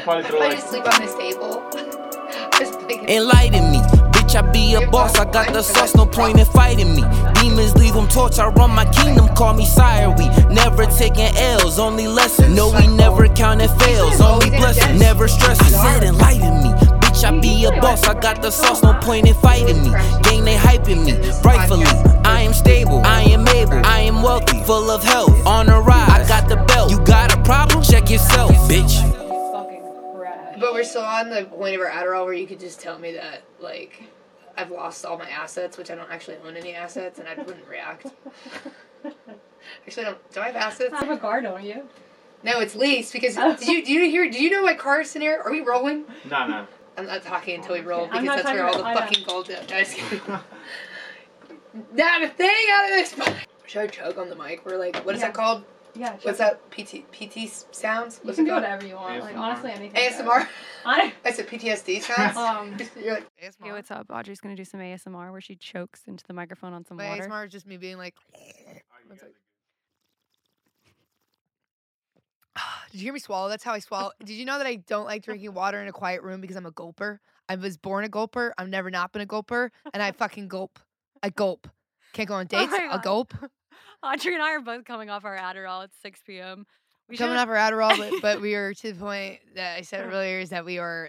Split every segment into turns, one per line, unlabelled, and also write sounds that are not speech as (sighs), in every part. probably throw
I
like
just sleep on this table. (laughs) Just like
Enlighten me. Bitch, I be a boss. I got the sauce, no point in fighting me. Demons leave them torch. I run my kingdom, call me sire. We never taking L's, only lessons. No, we never counted fails, only blessings. Never stressing. I said, enlighten me. Bitch, I be a boss. I got the sauce, no point in fighting me. Gang, they hyping me. Rightfully, I am stable. I am able. I am wealthy. Full of health. On a rise. I got the belt. You got a problem? Check yourself, bitch.
Fucking crap.
But we're still on the point of our Adderall where you could just tell me that, like, I've lost all my assets, which I don't actually own any assets, and I wouldn't
(laughs)
react. Actually, I don't. Do I have assets?
I have a car, don't Oh. you?
No, it's leased because. Did you do you hear? Do you know what car scenario? Are we rolling?
nah nah.
I'm not talking until we roll
Oh, I'm
because
not
that's where all
talking
the
about- I know.
fucking gold. is. No, I'm just kidding. (laughs) Not a thing out of this. mic. Should I choke on the mic? We're like, what is
Yeah.
that called?
Yeah, sure.
What's that? PT PT sounds?
You
What's
can
it
do
called?
whatever you want. Like,
ASMR.
honestly, anything.
ASMR.
(laughs) I,
I said (laughs) PTSD sounds.
um,
You're like
Hey,
ASMR.
what's up? Audrey's gonna do some ASMR where she chokes into the microphone on some
My
water.
ASMR is just me being like. (laughs) It's like- (sighs) Did you hear me swallow? That's how I swallow.
(laughs)
Did you know that I don't like drinking water in a quiet room because I'm a gulper? I was born a gulper. I've never not been a gulper, and I fucking gulp. I gulp. Can't go on
(laughs) Oh
dates.
my
I'll
God.
gulp.
(laughs) Audrey and I are both coming off our Adderall. It's 6 p.m. We
Coming off
should've-
our Adderall, but,
(laughs)
but we are to the point that I said earlier is that we are,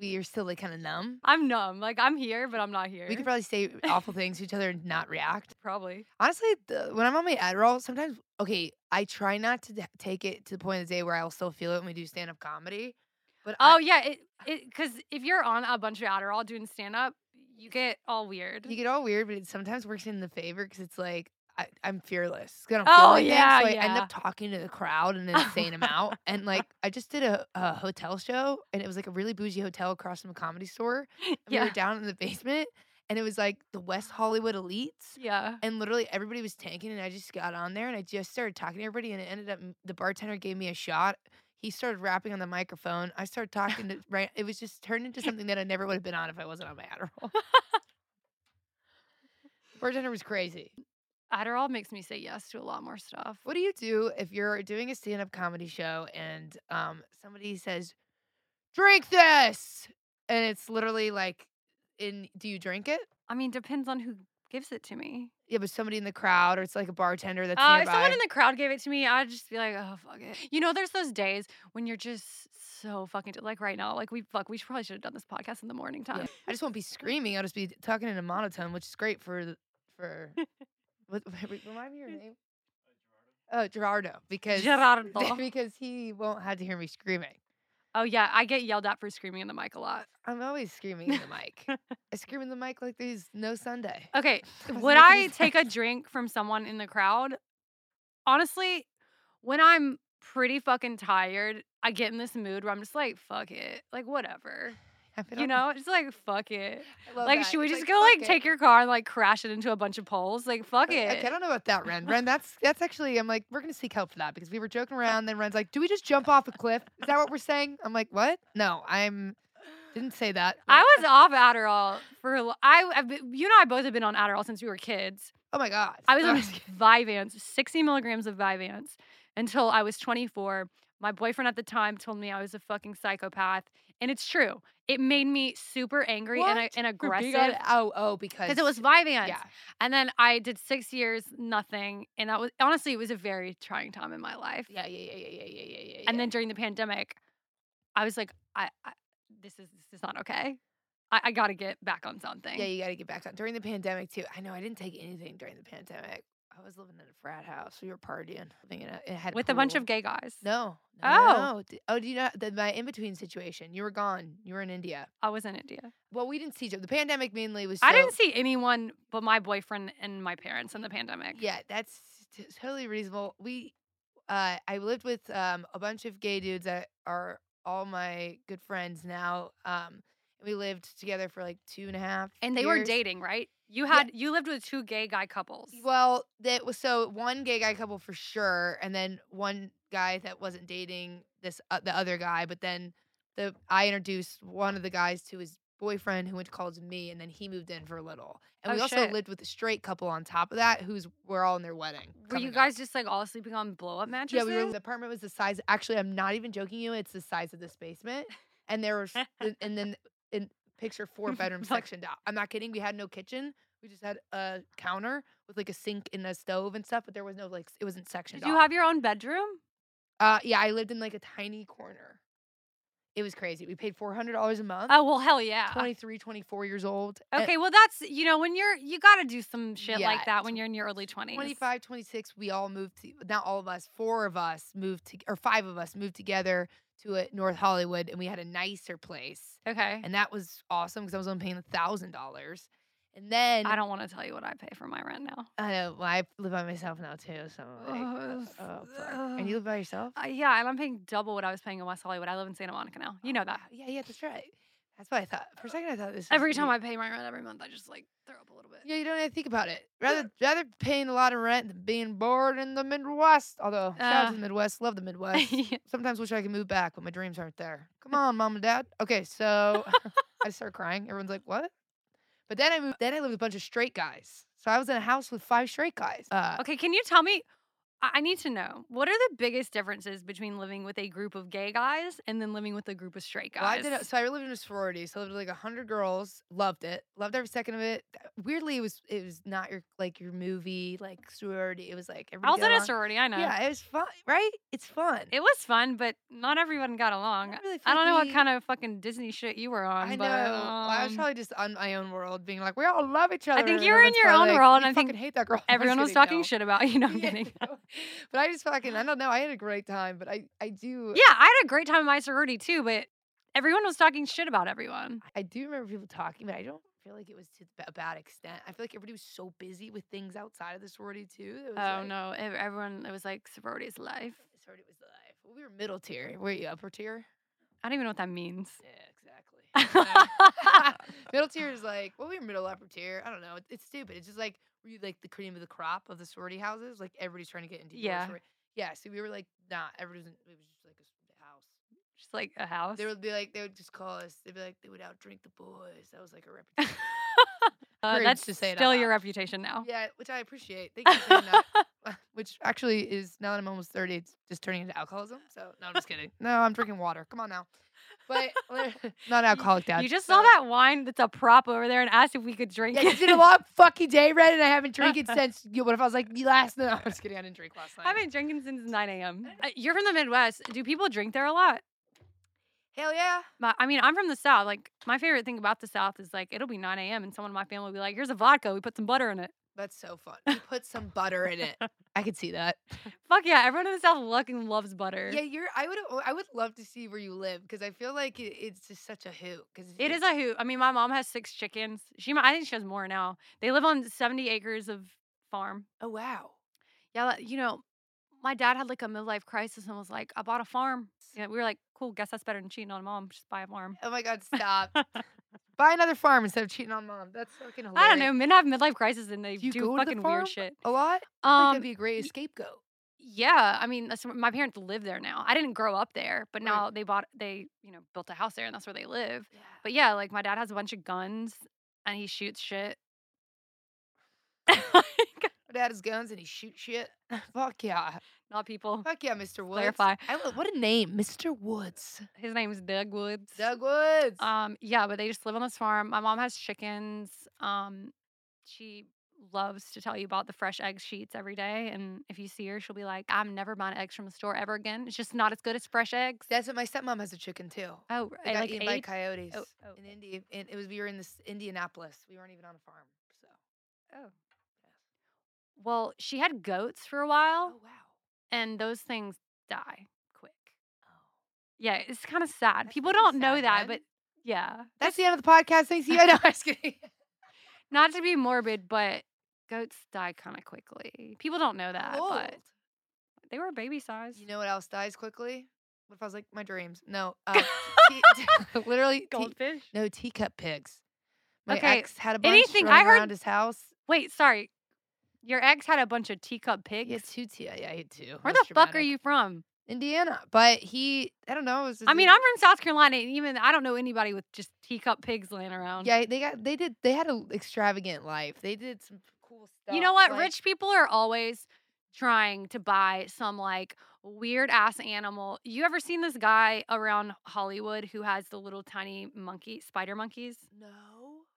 we are still like kind of numb.
I'm numb. Like I'm here, but I'm not here.
We could probably say awful things to each other and not react.
probably.
Honestly, the, when I'm on my Adderall, sometimes okay, I try not to d- take it to the point of the day where I will still feel it when we do stand up comedy. But I-
Oh yeah, it it because if you're on a bunch of Adderall doing stand up, you get all weird.
you get all weird, but it sometimes works in the favor because it's like I, I'm fearless. 'cause I don't
Oh,
feel anything,
yeah,
so I end
yeah. Oh,
up talking to the crowd
(laughs)
an insane amount. And like I just did a, a hotel show, and it was like a really bougie hotel across from a comedy store. And
(laughs) yeah,
We were down in the basement, and it was like the West Hollywood elites.
yeah.
and literally everybody was tanking and i just got on there and i just started talking to everybody and it ended up the bartender gave me a shot he started rapping on the microphone i started talking to
(laughs)
right it was just turned into something that i never would have been on if i wasn't on my
(laughs)
adderall bartender was crazy
Adderall makes me say yes to a lot more stuff.
what do you do if you're doing a stand-up comedy show and um, somebody says drink this and it's literally like in do you drink it
I mean, depends on who gives it to me.
yeah but somebody in the crowd or it's like a bartender that's
Uh, if
nearby
someone in the crowd gave it to me, I'd just be like, oh fuck it. You know, there's those days when you're just so fucking like right now. Like we fuck, we should, probably should have done this podcast in the morning time.
Yeah.
(laughs)
I just won't be screaming. I'll just be talking in a monotone, which is great for the-
(laughs)
for. what, (laughs) re- remind me your name. Oh, Gerardo, because (laughs)
Gerardo.
because he won't have to hear me screaming.
Oh yeah, I get yelled at for screaming in the mic a lot.
I'm always screaming in the
(laughs)
mic. I scream in the mic like there's no Sunday. (laughs)
Okay,
Doesn't
Uh, would
make any
I take a drink from someone in the crowd? Honestly, when I'm pretty fucking tired, I get in this mood where I'm just like, fuck it, like whatever,
(laughs) I feel-
you know, just like fuck it.
(laughs) I love
like,
that.
should we
Oh, It's
just go like
fuck it.
take your car and like crash it into a bunch of poles? Like fuck
Like,
it.
Okay, I don't know about that, Ren. Ren, that's that's actually. I'm like, we're gonna seek help for that because we were
Uh,
joking around. Then Ren's like, "Do
(laughs)
we just jump off a cliff? Is that what we're saying?" I'm like, "What? No, I'm didn't say that."
I
but-
was off Adderall for a l- I have been, you and I both have been on Adderall since we were kids.
Oh my god. (laughs)
I was on (laughs)
kidding.
Vyvanse, 60 milligrams of Vyvanse until I was 24. My boyfriend at the time told me I was a fucking psychopath, and it's true. It made me super angry and, I,
What?
and
For being
aggressive
on- oh, oh, because
because it was Vyvanse.
yeah.
And then I did six years nothing, and that was honestly it was a very trying time in my life.
Yeah, yeah, yeah, yeah, yeah, yeah, yeah, yeah.
And
yeah.
then during the pandemic, I was like, I, I this is this is not okay. I, I got to get back on something.
yeah, you got to get back on during the pandemic too. I know I didn't take anything during the pandemic. I was living in a frat house. We were partying. Living in a, it had
with a bunch
pool.
of gay guys.
No. no,
Oh.
No, no. D- Oh, do you know the, my in between situation? You were gone. You were in India.
I was in India.
Well, we didn't see each other. The pandemic mainly was.
I didn't
so-
see anyone but my boyfriend and my parents in the pandemic.
Yeah, that's t- totally reasonable. We, uh, I lived with um, a bunch of gay dudes that are all my good friends now. Um, we lived together for like two and a half.
And they were
years.
dating, right? You
Yeah.
had you lived with two gay guy couples.
Well, that was so one gay guy couple for sure, and then one guy that wasn't dating this uh, the other guy. But then the I introduced one of the guys to his boyfriend who went to college with me, and then he moved in for a little. And
Oh,
we also
shit.
lived with a straight couple on top of that, who's we're all in their wedding.
Were
coming
you
up.
guys just like all sleeping on blow up mattresses?
Yeah, we were. The apartment was the size. Actually, I'm not even joking you. It's the size of this basement, and there
(laughs)
was, and and then in picture four bedroom
Fuck.
sectioned out. I'm not kidding. We had no kitchen. We just had a counter with like a sink and a stove and stuff, but there was no like s- it wasn't sectioned
Did you
off.
have your own bedroom?
uh, yeah, I lived in like a tiny corner. It was crazy. We paid four hundred dollars a month.
Oh well, hell yeah.
23, 24 years old. and
Okay, well that's you know when you're you got to do some shit
uh, Yeah,
like that when
tw-
you're in your early twenties.
25, 26, we all moved to, not all of us, four of us moved to, or five of us moved together to a North Hollywood and we had a nicer place.
Okay.
And that was awesome because I was only paying $1,000. And then
I don't want to tell you what I pay for my rent now.
I know, well, I live by myself now too. So I'm like,
Ugh,
oh, fuck. And you live
ugh.
by yourself?
Uh, yeah, and I'm paying double what I was paying in West Hollywood. I live in Santa Monica now. You know
Oh,
that.
wow. Yeah, yeah, that's right. That's what I thought. For a second, I thought this was
Every
you-
time I pay my rent every month, I just like throw up a little bit.
Yeah, you don't have to think about it. (laughs) Rather, rather paying a lot of rent than being bored in the Midwest. Although, shout out
Uh,
to the Midwest. Love the Midwest.
(laughs) Yeah.
sometimes wish I could move back, but my dreams aren't there.
(laughs)
Come on, mom and dad. Okay, so (laughs) I start crying. Everyone's like, "What?" But then I moved. Then I lived with a bunch of straight guys. So I was in a house with five straight guys. Uh,
okay, can you tell me? I I need to know what are the biggest differences between living with a group of gay guys and then living with a group of straight guys?
well, I did. it- So I lived in a sorority. So I lived with like hundred girls. Loved it. Loved every second of it. Weirdly, it was it was not your like your movie like sorority. It was like
I
everybody
was
got
in a
along.
sorority. I know.
Yeah, it was fun, right? It's fun.
It was fun, but not everyone got along.
really feel
I
like
don't know what
we-
kind of fucking Disney shit you were on.
I know.
But,
Well, I was
um,
probably just on my own world, being like, we all love each other.
think
and
you were in
everyone's
your
probably
own
like,
world,
"We
and I think
fucking hate that girl. (laughs) I'm just
everyone was
kidding,
talking
no.
shit about (laughs) you. No, I'm
(laughs) Yeah,
kidding.
I know. but I just fucking I don't know. I had a great time, but I I do
Yeah, I had a great time in my sorority too, but everyone was talking shit about everyone.
I do remember people talking, but I don't feel like it was to a bad extent. I feel like everybody was so busy with things outside of the sorority too. that it was
Oh
like,
no, ev- everyone. It was like sorority's life.
Sorority was life. Well, we were middle tier. Were you upper tier?
I don't even know what that means.
Yeah,
(laughs)
exactly. Uh, middle tier is like (laughs) well, we were middle upper tier. I don't know. It's stupid. It's just like were you like the cream of the crop of the sorority houses? Like everybody's trying to get into your
Yeah.
sorority. Yeah. So we were like nah. Everybody was in, it was just like a s- house.
Just like a house.
They would be like, they would just call us. They'd be like, they would outdrink the boys. That was like a (laughs)
(laughs)
reputation.
Uh,
courage
that's
to say it out
still your
loud.
reputation now.
yeah, which I appreciate. Thank you for saying
(laughs)
that. (laughs) which actually is now that I'm almost 30, it's just turning into alcoholism. So no, I'm
(laughs)
just kidding. No, I'm drinking water. Come on now. But (laughs) not alcoholic dad.
You just saw
so-
that wine that's a prop over there and asked if we could drink
Yeah,
it.
(laughs)
(laughs)
it's been a long fucking day, Red, and I haven't drank (laughs) it since. You what if I was like me last night? (laughs) I'm just kidding. I didn't drink last night.
I've been drinking since 9 a.m. Uh, You're from the Midwest. Do people drink there a lot?
Hell yeah.
My, I mean, I'm from the South. Like, my favorite thing about the South is like, it'll be 9 a.m. and someone in my family will be like, here's a vodka. We put some butter in it.
That's so fun. You (laughs) put some butter in it. I could see that.
Fuck yeah. Everyone in the South fucking loves butter.
Yeah, you're. I would. I would love to see where you live because I feel like it, it's just such a hoot. Because
It is a hoot. I mean, my mom has six chickens. She, mi- I think she has more now. They live on 70 acres of farm.
Oh wow.
Yeah, like, you know, my dad had like a midlife crisis and was like, I bought a farm. Yeah, we were like, cool, guess that's better than cheating on mom. Just buy a farm.
Oh my (laughs) god, stop. Buy another farm instead of cheating on mom. That's fucking hilarious.
I don't know. Men have midlife crises and they
Do you
do,
go to the
fucking
farm?
weird shit.
A lot? I think
Um,
that'd be a great
y-
scapegoat.
yeah, I mean, that's, my parents live there now. I didn't grow up there, but
Right.
now they bought, they you know, built a house there, and that's where they live.
Yeah.
But yeah, like my dad has a bunch of guns, and he shoots shit. (laughs)
My dad has guns and he shoots (laughs) shit. Fuck yeah.
Not people.
Fuck yeah, Mr. Woods.
Clarify.
I lo- what a name, Mr. Woods.
His name is Doug Woods.
Doug Woods.
Um, yeah, but they just live on this farm. My mom has chickens. Um, she loves to tell you about the fresh egg she eats every day, and if you see her, she'll be like, "I'm never buying eggs from the store ever again. It's just not as good as fresh eggs."
That's what my stepmom has a chicken too.
Oh,
They
I
got
like
eaten by
ate-
coyotes
Oh, oh,
in India, and it was we were in this Indianapolis. We weren't even on a farm. So.
oh. Well, she had goats for a while,
Oh wow.
and those things die quick.
Oh.
Yeah, it's kind of sad.
That's
People
really
don't know
sad,
that,
man.
but yeah,
That's the end of the podcast. Thanks.
(laughs)
Yeah, no, I'm just (laughs) kidding.
not to be morbid, but goats die kind of quickly. People don't know that, but
Old.
they were baby size.
Oh. You
(laughs)
know what else dies quickly? What if I was like my dreams? No, uh, tea- (laughs) literally tea-
goldfish.
no teacup pigs. My
Okay,
ex had a bunch
anything-
running
I heard-
around his house.
Wait, sorry. Your ex had a bunch of teacup pigs.
He had two tea. Yeah, he had two.
Where
That's
the fuck are
dramatic.
you from?
Indiana. But he, I don't know. It was just
I mean,
a-
I'm from South Carolina, and even I don't know anybody with just teacup pigs laying around.
yeah. They got they did they had an extravagant life. They did some cool stuff.
You know what?
like-
Rich people are always trying to buy some like weird ass animal. You ever seen this guy around Hollywood who has the little tiny monkey, spider monkeys?
No.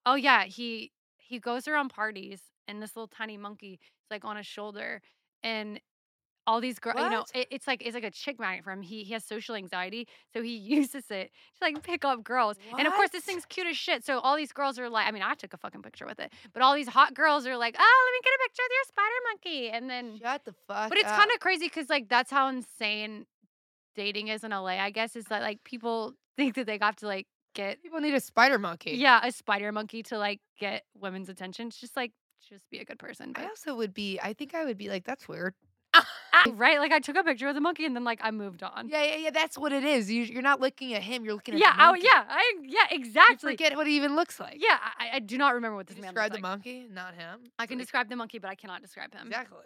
Oh yeah, he he goes around parties and this little tiny monkey is like on his shoulder and all these girls, you know,
What?
it, it's like it's like a chick magnet for him. He he has social anxiety, so he (laughs) uses it to like pick up girls. And of course, this
What?
thing's cute as shit. So all these girls are like, I mean, I took a fucking picture with it, but all these hot girls are like, oh, let me get a picture with your spider monkey, and then.
Shut the fuck.
But it's
up.
kind of crazy because like that's how insane dating is in LA. I guess is that like people (laughs) think that they have to like get
people need a spider monkey.
yeah, a spider monkey to like get women's attention. It's just like just be a good person.
I
But,
also would be. I think I would be like, that's weird.
Ah, right? Like I took a picture of the monkey and then like I moved on.
Yeah, yeah, yeah. That's what it is. You, you're not looking at him. You're looking at
yeah,
the
I,
monkey.
yeah, I, yeah,
You
exactly.
forget what he even looks like.
Yeah, I, I do not remember what
You
this man
describe
looked
the
like.
monkey, not him.
I can
Like,
describe the monkey, but I cannot describe him.
exactly.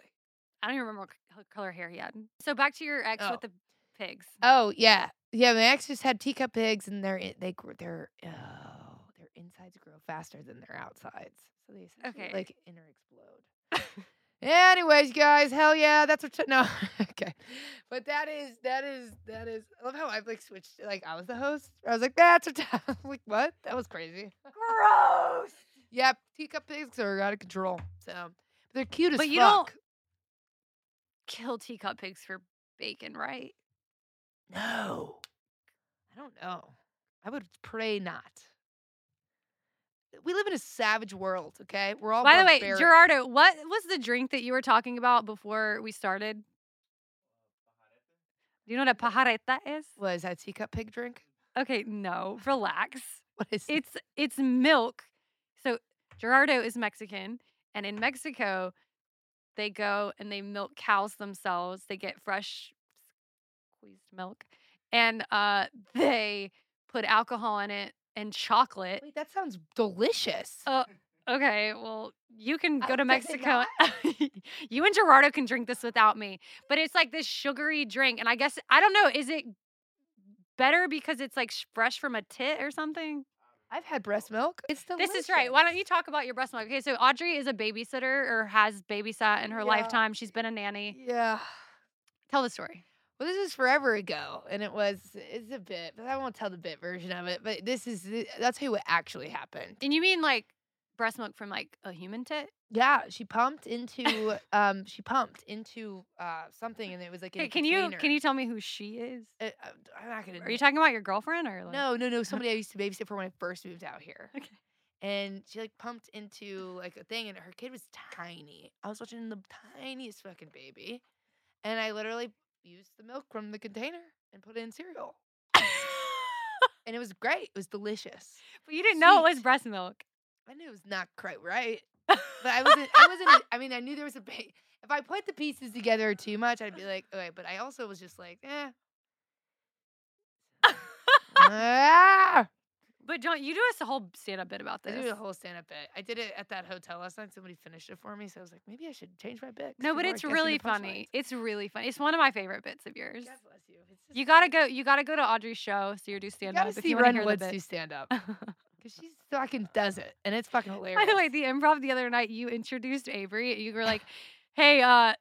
I don't even remember what c- color hair he had. So back to your ex
Oh.
with the pigs. (laughs)
Oh yeah, yeah. My ex just had teacup pigs, and they're they gr- they're oh, their insides grow faster than their outsides, so they essentially
Okay.
like inner
(laughs)
explode. Anyways, guys, hell yeah, that's what. no, (laughs) okay, but that is that is that is. I love how I've like switched. Like I was the host. I was like, that's what. (laughs) I'm like what? That was crazy. Gross. yep, teacup pigs are out of control. So but they're cute as
But you don't-
fuck.
Kill teacup pigs for bacon, right?
No. I don't know. I would pray not. Uh, We live in a savage world, okay? We're all
By the way,
barbaric.
Gerardo, what was the drink that you were talking about before we started? Do you know what a pajareta is?
What is that teacup pig drink? (laughs)
Okay, no, relax.
What is it?
It's it's milk. So Gerardo is Mexican, and in Mexico, they go and they milk cows themselves. They get fresh squeezed milk, and uh, (laughs) they put alcohol in it and chocolate.
Wait, that sounds delicious.
Uh, Okay, well, you can
Oh,
go
does it
to Mexico. (laughs) you and Gerardo can drink this without me. But it's like this sugary drink, and I guess I don't know. Is it better because it's like sh- fresh from a tit or something?
I've had breast milk. It's delicious.
This is right. Why don't you talk about your breast milk? Okay, so Audrey is a babysitter or has babysat in her
Yeah.
lifetime. She's been a nanny.
Yeah.
Tell the story.
Well, this is forever ago, and it was it's a bit, but I won't tell the bit version of it. But this is the- I'll tell you what actually happened.
And you mean like breast milk from like a human tit?
Yeah, she pumped into um she pumped into uh something, and it was like in a
Okay, can you
container.
can you tell me who she is?
Uh, uh, I'm not gonna.
Are you
name-
talking about your girlfriend or like (laughs)
No, no, no. Somebody I used to babysit for when I first moved out here.
Okay.
And she like pumped into like a thing, and her kid was tiny. I was watching the tiniest fucking baby, and I literally used the milk from the container and put it in cereal, and it was great. It was delicious.
But you didn't know it was
Sweet.
breast milk.
I knew it was not quite right, but I wasn't. I wasn't. I mean, I knew there was a. Ba- if I put the pieces together too much, I'd be like, okay. But I also was just like,
(laughs)
eh. ah!
(laughs) But don't you do us a whole stand up bit about
I
this?
did a whole stand up bit. I did it at that hotel last night. Somebody finished it for me, so I was like, maybe I should change my bit. 'cause
no,
people
but
aren't
it's
guessing the
really
punchlines."
funny. It's really funny. It's one of my favorite bits of yours.
God bless you. It's just
You gotta
so-
go. You gotta go to Audrey's show. So you do
You
stand up.
gotta
If
see
you want to
Ren
hear
Woods
the
do
bit.
stand
(laughs)
up because she fucking does it, and it's fucking hilarious.
By the way, the improv the other night, you introduced Avery. You were like, "Hey, uh,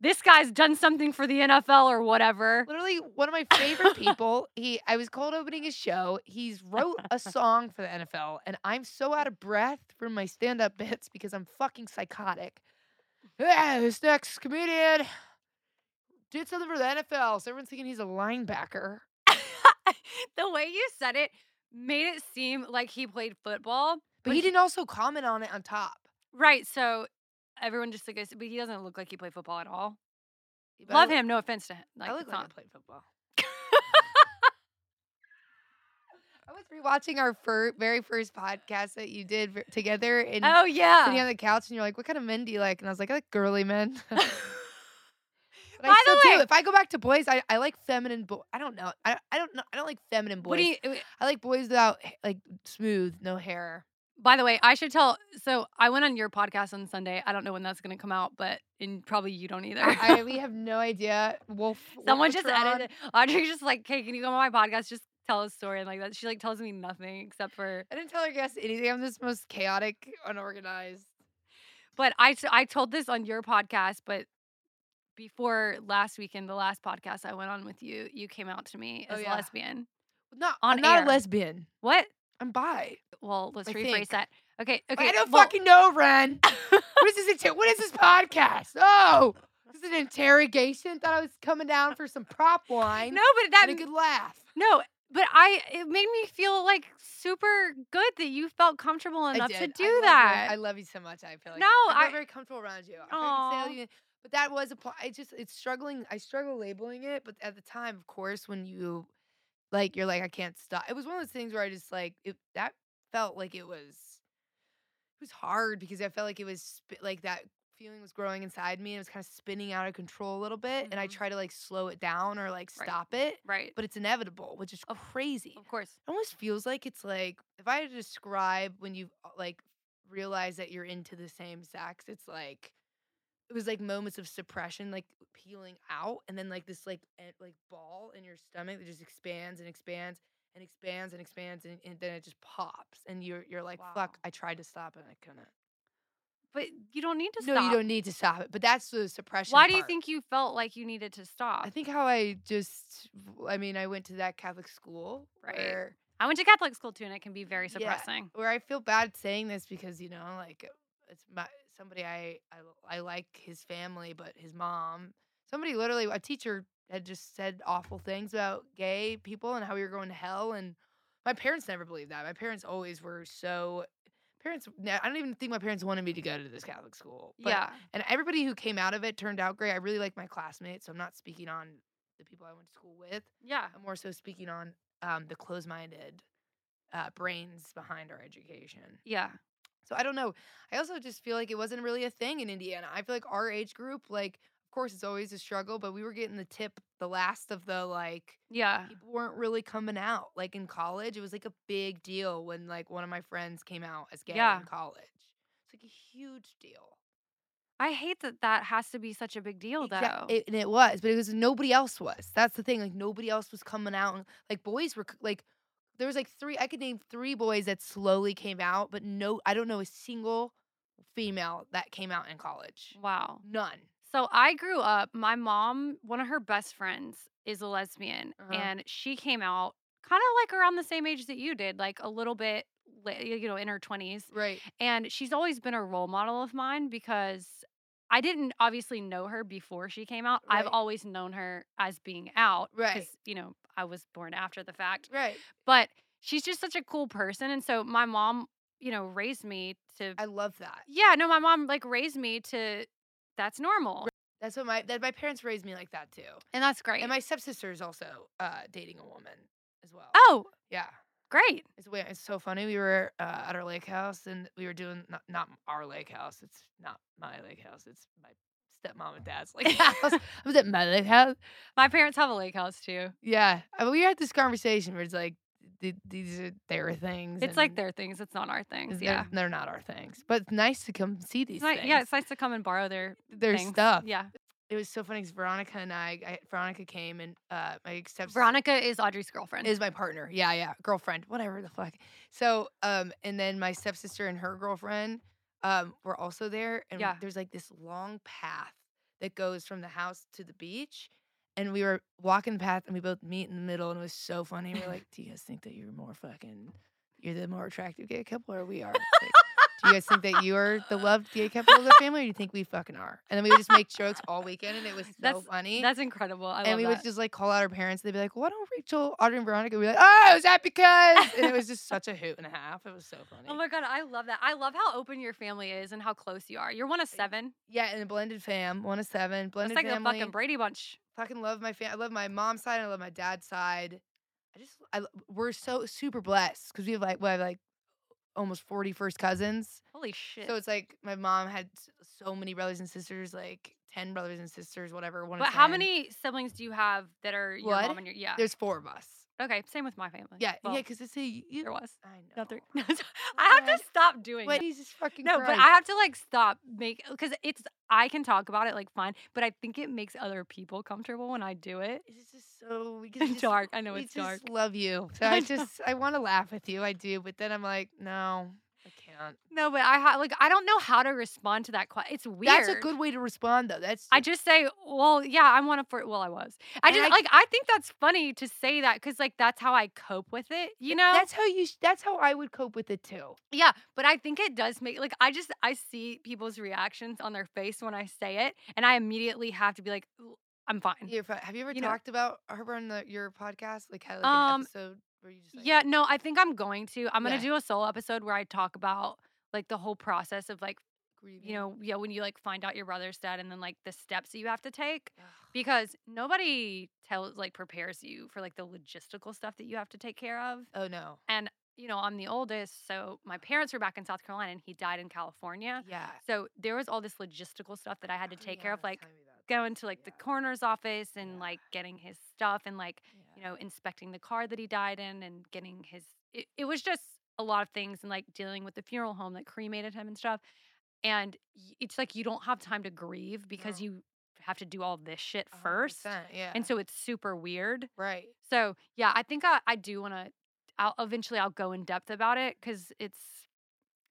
this guy's done something for the NFL or whatever."
literally one of my favorite people. He, I was cold opening his show. He's wrote
(laughs)
a song for the NFL, and I'm so out of breath from my stand up bits because I'm fucking psychotic. Yeah, this next comedian did something for the NFL, so everyone's thinking he's a linebacker.
(laughs) the way you said it made it seem like he played football,
But he didn't also comment on it on top.
Right. So everyone just like, but he doesn't look like he played football at all.
But I
Love
look-
him. No offense to him. Like,
I
it's
look like I
not-
played football. I was rewatching our fir- very first podcast that you did v- together, and
Oh
sitting on
yeah.
the couch, and you're like, "What kind of men do you like?" And I was like, "I like girly men."
(laughs)
(laughs) but I
By the
still do.
way-
If I go back to boys, I, I like feminine. Bo- I don't know. I, I don't know. I don't like feminine boys.
What do you? (laughs)
I like boys without h- like smooth, no hair.
By the way, I should tell. So I went on your podcast on Sunday. I don't know when that's going to come out, but and probably you don't either.
I, I- we have no idea. Wolf.
Someone just
Wolfatron-
edited. Audrey's just like, "Hey, can you come on my podcast? Just tell a story." And like that, she like tells me nothing except for.
I didn't tell her guests anything. I'm this most chaotic, unorganized.
But I s- I told this on your podcast, but before last weekend, the last podcast I went on with you, you came out to me
Oh,
as
yeah.
a lesbian.
Not
On
I'm not
air.
a lesbian.
What?
I'm bi.
Well, let's
I
rephrase
think.
that. Okay. Okay.
I don't
well,
fucking know,
(laughs)
Ren. what is this? Inter- what is this podcast? Oh, this is an interrogation. Thought I was coming down for some prop wine.
No, but that
and a good laugh.
No, but I it made me feel like super good that you felt comfortable
I
enough to
did.
do
I love you.
that.
I love you so much. I feel like
No,
I
I-
feel very comfortable around you. I feel like I can say you- but that was a. pl- I just it's struggling. I struggle labeling it, but at the time, of course, when you like, you're like, I can't stop. It was one of those things where I just like it. That felt like it was. It was hard because I felt like it was sp- like that feeling was growing inside me and it was kind of spinning out of control a little bit, and I
Mhm.
try to like slow it down or like
Right.
stop it,
right.
but it's inevitable, which is
Of-
crazy
Of course.
it almost feels like it's like if I had to describe when you uh, like realize that you're into the same sex, it's like it was like moments of suppression, like peeling out, and then like this like en- like ball in your stomach that just expands and expands and expands and expands, and, and then it just pops, and you're you're like,
Wow.
fuck, I tried to stop it, I couldn't.
But you don't need to
no,
stop.
you don't need to stop it, but that's the suppression.
Why do you
part.
think you felt like you needed to stop?
I think how I just, I mean, I went to that Catholic school,
Right.
where
I went to Catholic school too, and it can be very
Yeah.
suppressing.
where I feel bad saying this because you know, like it's my somebody I I, l- I like his family, but his mom, somebody literally a teacher had just said awful things about gay people and how we were going to hell, and my parents never believed that. My parents always were so. Parents, ne- I don't even think my parents wanted me to go to this Catholic school. but-
yeah.
and everybody who came out of it turned out great. I really like my classmates, so I'm not speaking on the people I went to school with.
Yeah.
I'm more so speaking on um, the closed-minded uh, brains behind our education.
Yeah.
So I don't know. I also just feel like it wasn't really a thing in Indiana. I feel like our age group, like, of course, it's always a struggle, but we were getting the tip, the last of the like,
Yeah.
people weren't really coming out. Like in college, it was like a big deal when like one of my friends came out as gay
Yeah.
in college. It's like a huge deal.
I hate that that has to be such a big deal, though.
Exact- it- and it was, but it was nobody else was. That's the thing. Like nobody else was coming out. And, like boys were c- like, there was like three. I could name three boys that slowly came out, but no, I don't know a single female that came out in college.
wow.
None.
So I grew up, my mom, one of her best friends is a lesbian,
Uh-huh.
and she came out kind of like around the same age that you did, like a little bit, la- you know, in her 20s.
Right.
And she's always been a role model of mine because I didn't obviously know her before she came out. I've
Right.
always known her as being out
Right.
you know, I was born after the fact
Right.
but she's just such a cool person and so my mom you know raised me to
I love that.
yeah no my mom like raised me to that's normal
That's what my that my parents raised me like that too.
and that's great
And my stepsister is also uh, dating a woman as well.
oh
Yeah.
great
It's way it's so funny. We were uh, at our lake house and we were doing not, not our lake house. It's not my lake house. It's my stepmom and dad's lake (laughs)
(laughs)
house. I was at my lake house.
my parents have a lake house too
Yeah, I mean, we had this conversation where it's like th- these are their things.
it's like
and
their things it's not our things
they're,
yeah
they're not our things, but it's nice to come see these
it's ni-
things.
yeah it's nice to come and borrow their
their
things.
stuff.
yeah
It was so funny because Veronica and I, I, Veronica came and uh, my stepsister.
veronica is audrey's girlfriend
is my partner. Yeah, yeah, girlfriend, whatever the fuck. So, um, and then my stepsister and her girlfriend, um, were also there, and
Yeah.
there's like this long path that goes from the house to the beach, and we were walking the path, and we both meet in the middle, and it was so funny. We're like, "Do you guys think that you're more fucking, you're the more attractive gay couple, or we are?" Like, do you guys think that you are the loved gay couple of the family, or do you think we fucking are? And then we would just make jokes all weekend, and it
(laughs)
was so
That's-
funny
that's incredible i
and
love
we
that
would just like call out our parents. They'd be like, "Why don't Rachel, Audrey, and Veronica?" We'd be like, "Oh, is that because?" And it was just such a hoot and a half. It was so funny.
oh my god i love that i love how open your family is and how close you are you're one of seven
yeah, and a blended fam, one of seven,
it's
blended
like
family.
the fucking brady bunch
fucking love my fam. I love my mom's side. I love my dad's side. I just, I, lo- we're so super blessed because we have like, we have like almost 40 first cousins.
holy shit
So it's like my mom had s- so many brothers and sisters, like 10 brothers and sisters, whatever. One of
But how
10.
many siblings do you have that are your
Blood?
mom and your yeah?
There's four of us.
Okay, same with my family.
Yeah,
Well,
yeah, because it's a you.
there was
I know.
nothing.
(laughs)
(laughs) I have
What?
to stop doing.
Wait,
that.
Jesus fucking
No, but
Christ.
I have to like stop make because it's I can talk about it like fine, but I think it makes other people comfortable when I do it. (laughs)
It's just so we can just-
dark. I know
we
it's dark.
just love you. So
(laughs) I
I
know.
just I want to laugh with you. I do, but then I'm like, no, I can't.
No, but I ha- like I don't know how to respond to that question. It's weird.
That's a good way to respond though. That's
I just say, well, yeah, I'm one of four. Well, I was. I
And
just
I-
like I think that's funny to say that because like that's how I cope with it, you know?
that's how you. sh- That's how I would cope with it too.
yeah, but I think it does make like I just I see people's reactions on their face when I say it, and I immediately have to be like, "Ooh, I'm fine. Yeah,
You're fi- have you ever
You know-
talked about her on the, your podcast? Like had like an
Um,
episode where you just like,
no, I think I'm going to. I'm gonna
Yeah.
do a solo episode where I talk about like the whole process of like you
grieving.
know yeah when you like find out your brother's dead and then like the steps that you have to take
Ugh.
because nobody tells like prepares you for like the logistical stuff that you have to take care of
Oh no.
you know i'm the oldest so my parents were back in south carolina and he died in california
Yeah.
so there was all this logistical stuff that i had to
Oh,
take
yeah,
care of
tell
like
me that.
going to like the
Yeah.
coroner's office and
Yeah.
like getting his stuff and like you
Yeah.
know inspecting the car that he died in and getting his it, it was just a lot of things and like dealing with the funeral home that cremated him and stuff and y- it's like you don't have time to grieve because
No.
you have to do all this shit
A hundred
first
percent, Yeah.
and so it's super weird
right.
so yeah i think i, I do want to i'll eventually i'll go in depth about it because it's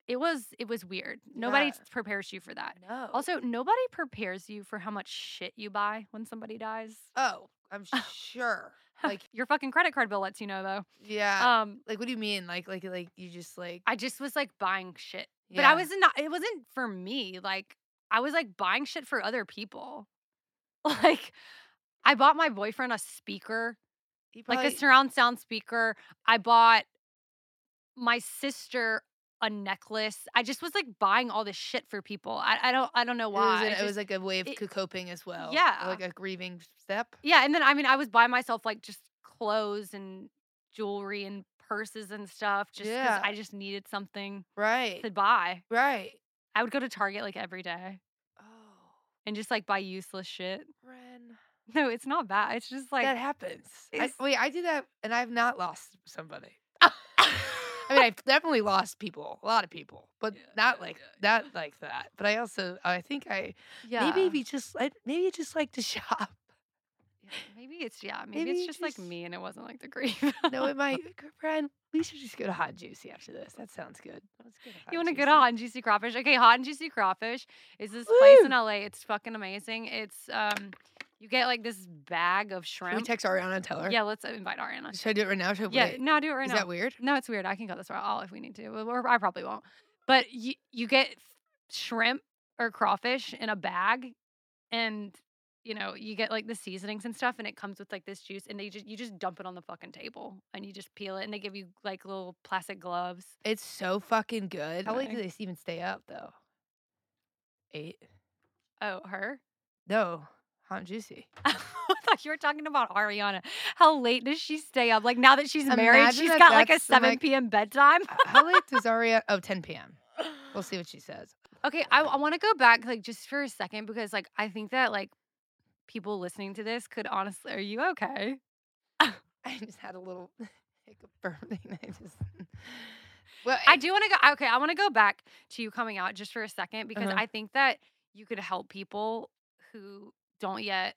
it was it was weird nobody
Yeah.
prepares you for that
No.
also nobody prepares you for how much shit you buy when somebody dies
Oh,
(laughs)
I'm sure. Like
your fucking credit card bill lets you know though
yeah.
um
like what do you mean? Like like like you just like
I just was like buying shit. But
Yeah.
I was not it wasn't for me. Like I was like buying shit for other people. (laughs) Like I bought my boyfriend a speaker,
he probably,
like a surround sound speaker. I bought my sister a necklace. I just was like buying all this shit for people. I, I don't I don't know
It was,
why.
an-
I
it was
just-
like a way of
it-
co- coping as well. or
yeah.
Like a grieving step.
yeah, and then I mean I was by myself like just clothes and jewelry and purses and stuff just because
Yeah.
I just needed something
Right.
to buy.
Right.
I would go to Target like every day.
Oh,
and just like buy useless shit. (laughs)
Ren.
No, it's not bad. It's just like
that
(coughs)
happens. I,
it's-
wait, I do that and I've not lost somebody. I
(coughs)
mean, I've definitely lost people, a lot of people, but
Yeah,
not
yeah,
like
yeah,
that, like that. But I also, I think I
yeah.
maybe we just, I, maybe I just like to (laughs) shop.
Yeah, maybe it's yeah. Maybe,
maybe
it's
you
just, like
just-
me, and it wasn't like the grief.
No, it
(laughs)
might, friend. We should just go to Hot and Juicy after this. That sounds good. Let's go to Hot
you
and
want to go
Juicy.
to Hot and Juicy Crawfish? Okay, Hot and Juicy Crawfish is this place in
Woo!
LA. It's fucking amazing. It's um, you get like this bag of
Should we
shrimp.
text Ariana and tell her?
yeah, let's invite Ariana.
Should I do it right now? Should I
Yeah,
wait?
no, do it right
Is
now.
that weird?
No, it's weird. I can go this route all if we need to, but- or I probably won't. But you you get f- shrimp or crawfish in a bag, and you know you get like the seasonings and stuff, and it comes with like this juice, and they just you just dump it on the fucking table, and you just peel it, and they give you like little plastic gloves.
It's so fucking good. How late do
Okay.
they s- even stay up though? Eight?
Oh, her.
No, hot and (laughs) juicy.
(laughs) I thought you were talking about Ariana. How late does she stay up? Like now that she's married,
Imagine
she's
that
got like a
that's the, like-
7 p.m. bedtime. (laughs)
Uh, How late does Aria? Oh, 10 p.m. We'll see what she says.
Okay, I, I want to go back like just for a second because like I think that like people listening to this could honestly, are you okay?
(laughs) I just had a little (laughs) hiccup burping. I just. (laughs) Well,
I
it-
do want to go. Okay, I want to go back to you coming out just for a second because
Uh-huh.
I think that you could help people who don't yet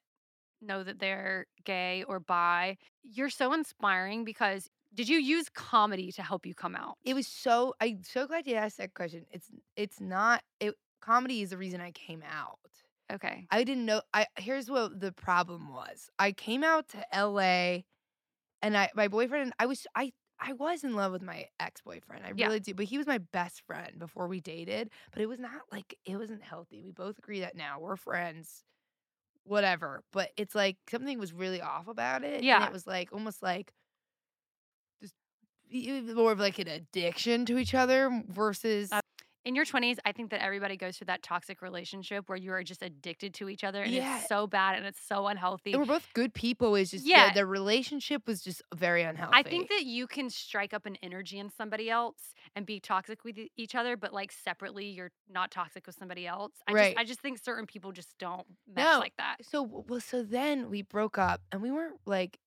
know that they're gay or bi. You're so inspiring because did you use comedy to help you come out?
It was so. I'm so glad you asked that question. It's. It's not. It comedy is the reason I came out.
okay.
I didn't know. I here's what the problem was. I came out to L.A. and I my boyfriend. I was I I was in love with my ex boyfriend. I
Yeah.
really do. But he was my best friend before we dated. But it was not like it wasn't healthy. We both agree that now we're friends, whatever. But it's like something was really off about it. and
Yeah.
it was like almost like just y- y- more of like an addiction to each other versus
Uh, In your 20s, I think that everybody goes through that toxic relationship where you are just addicted to each other and
Yeah.
it's so bad and it's so unhealthy.
and we're both good people. It's just yeah,
Yeah.
the, the relationship was just very unhealthy.
I think that you can strike up an energy in somebody else and be toxic with e- each other, but like separately, you're not toxic with somebody else. I
Right.
just, I just think certain people just don't mesh
No.
like that.
so w- well so then we broke up and we weren't like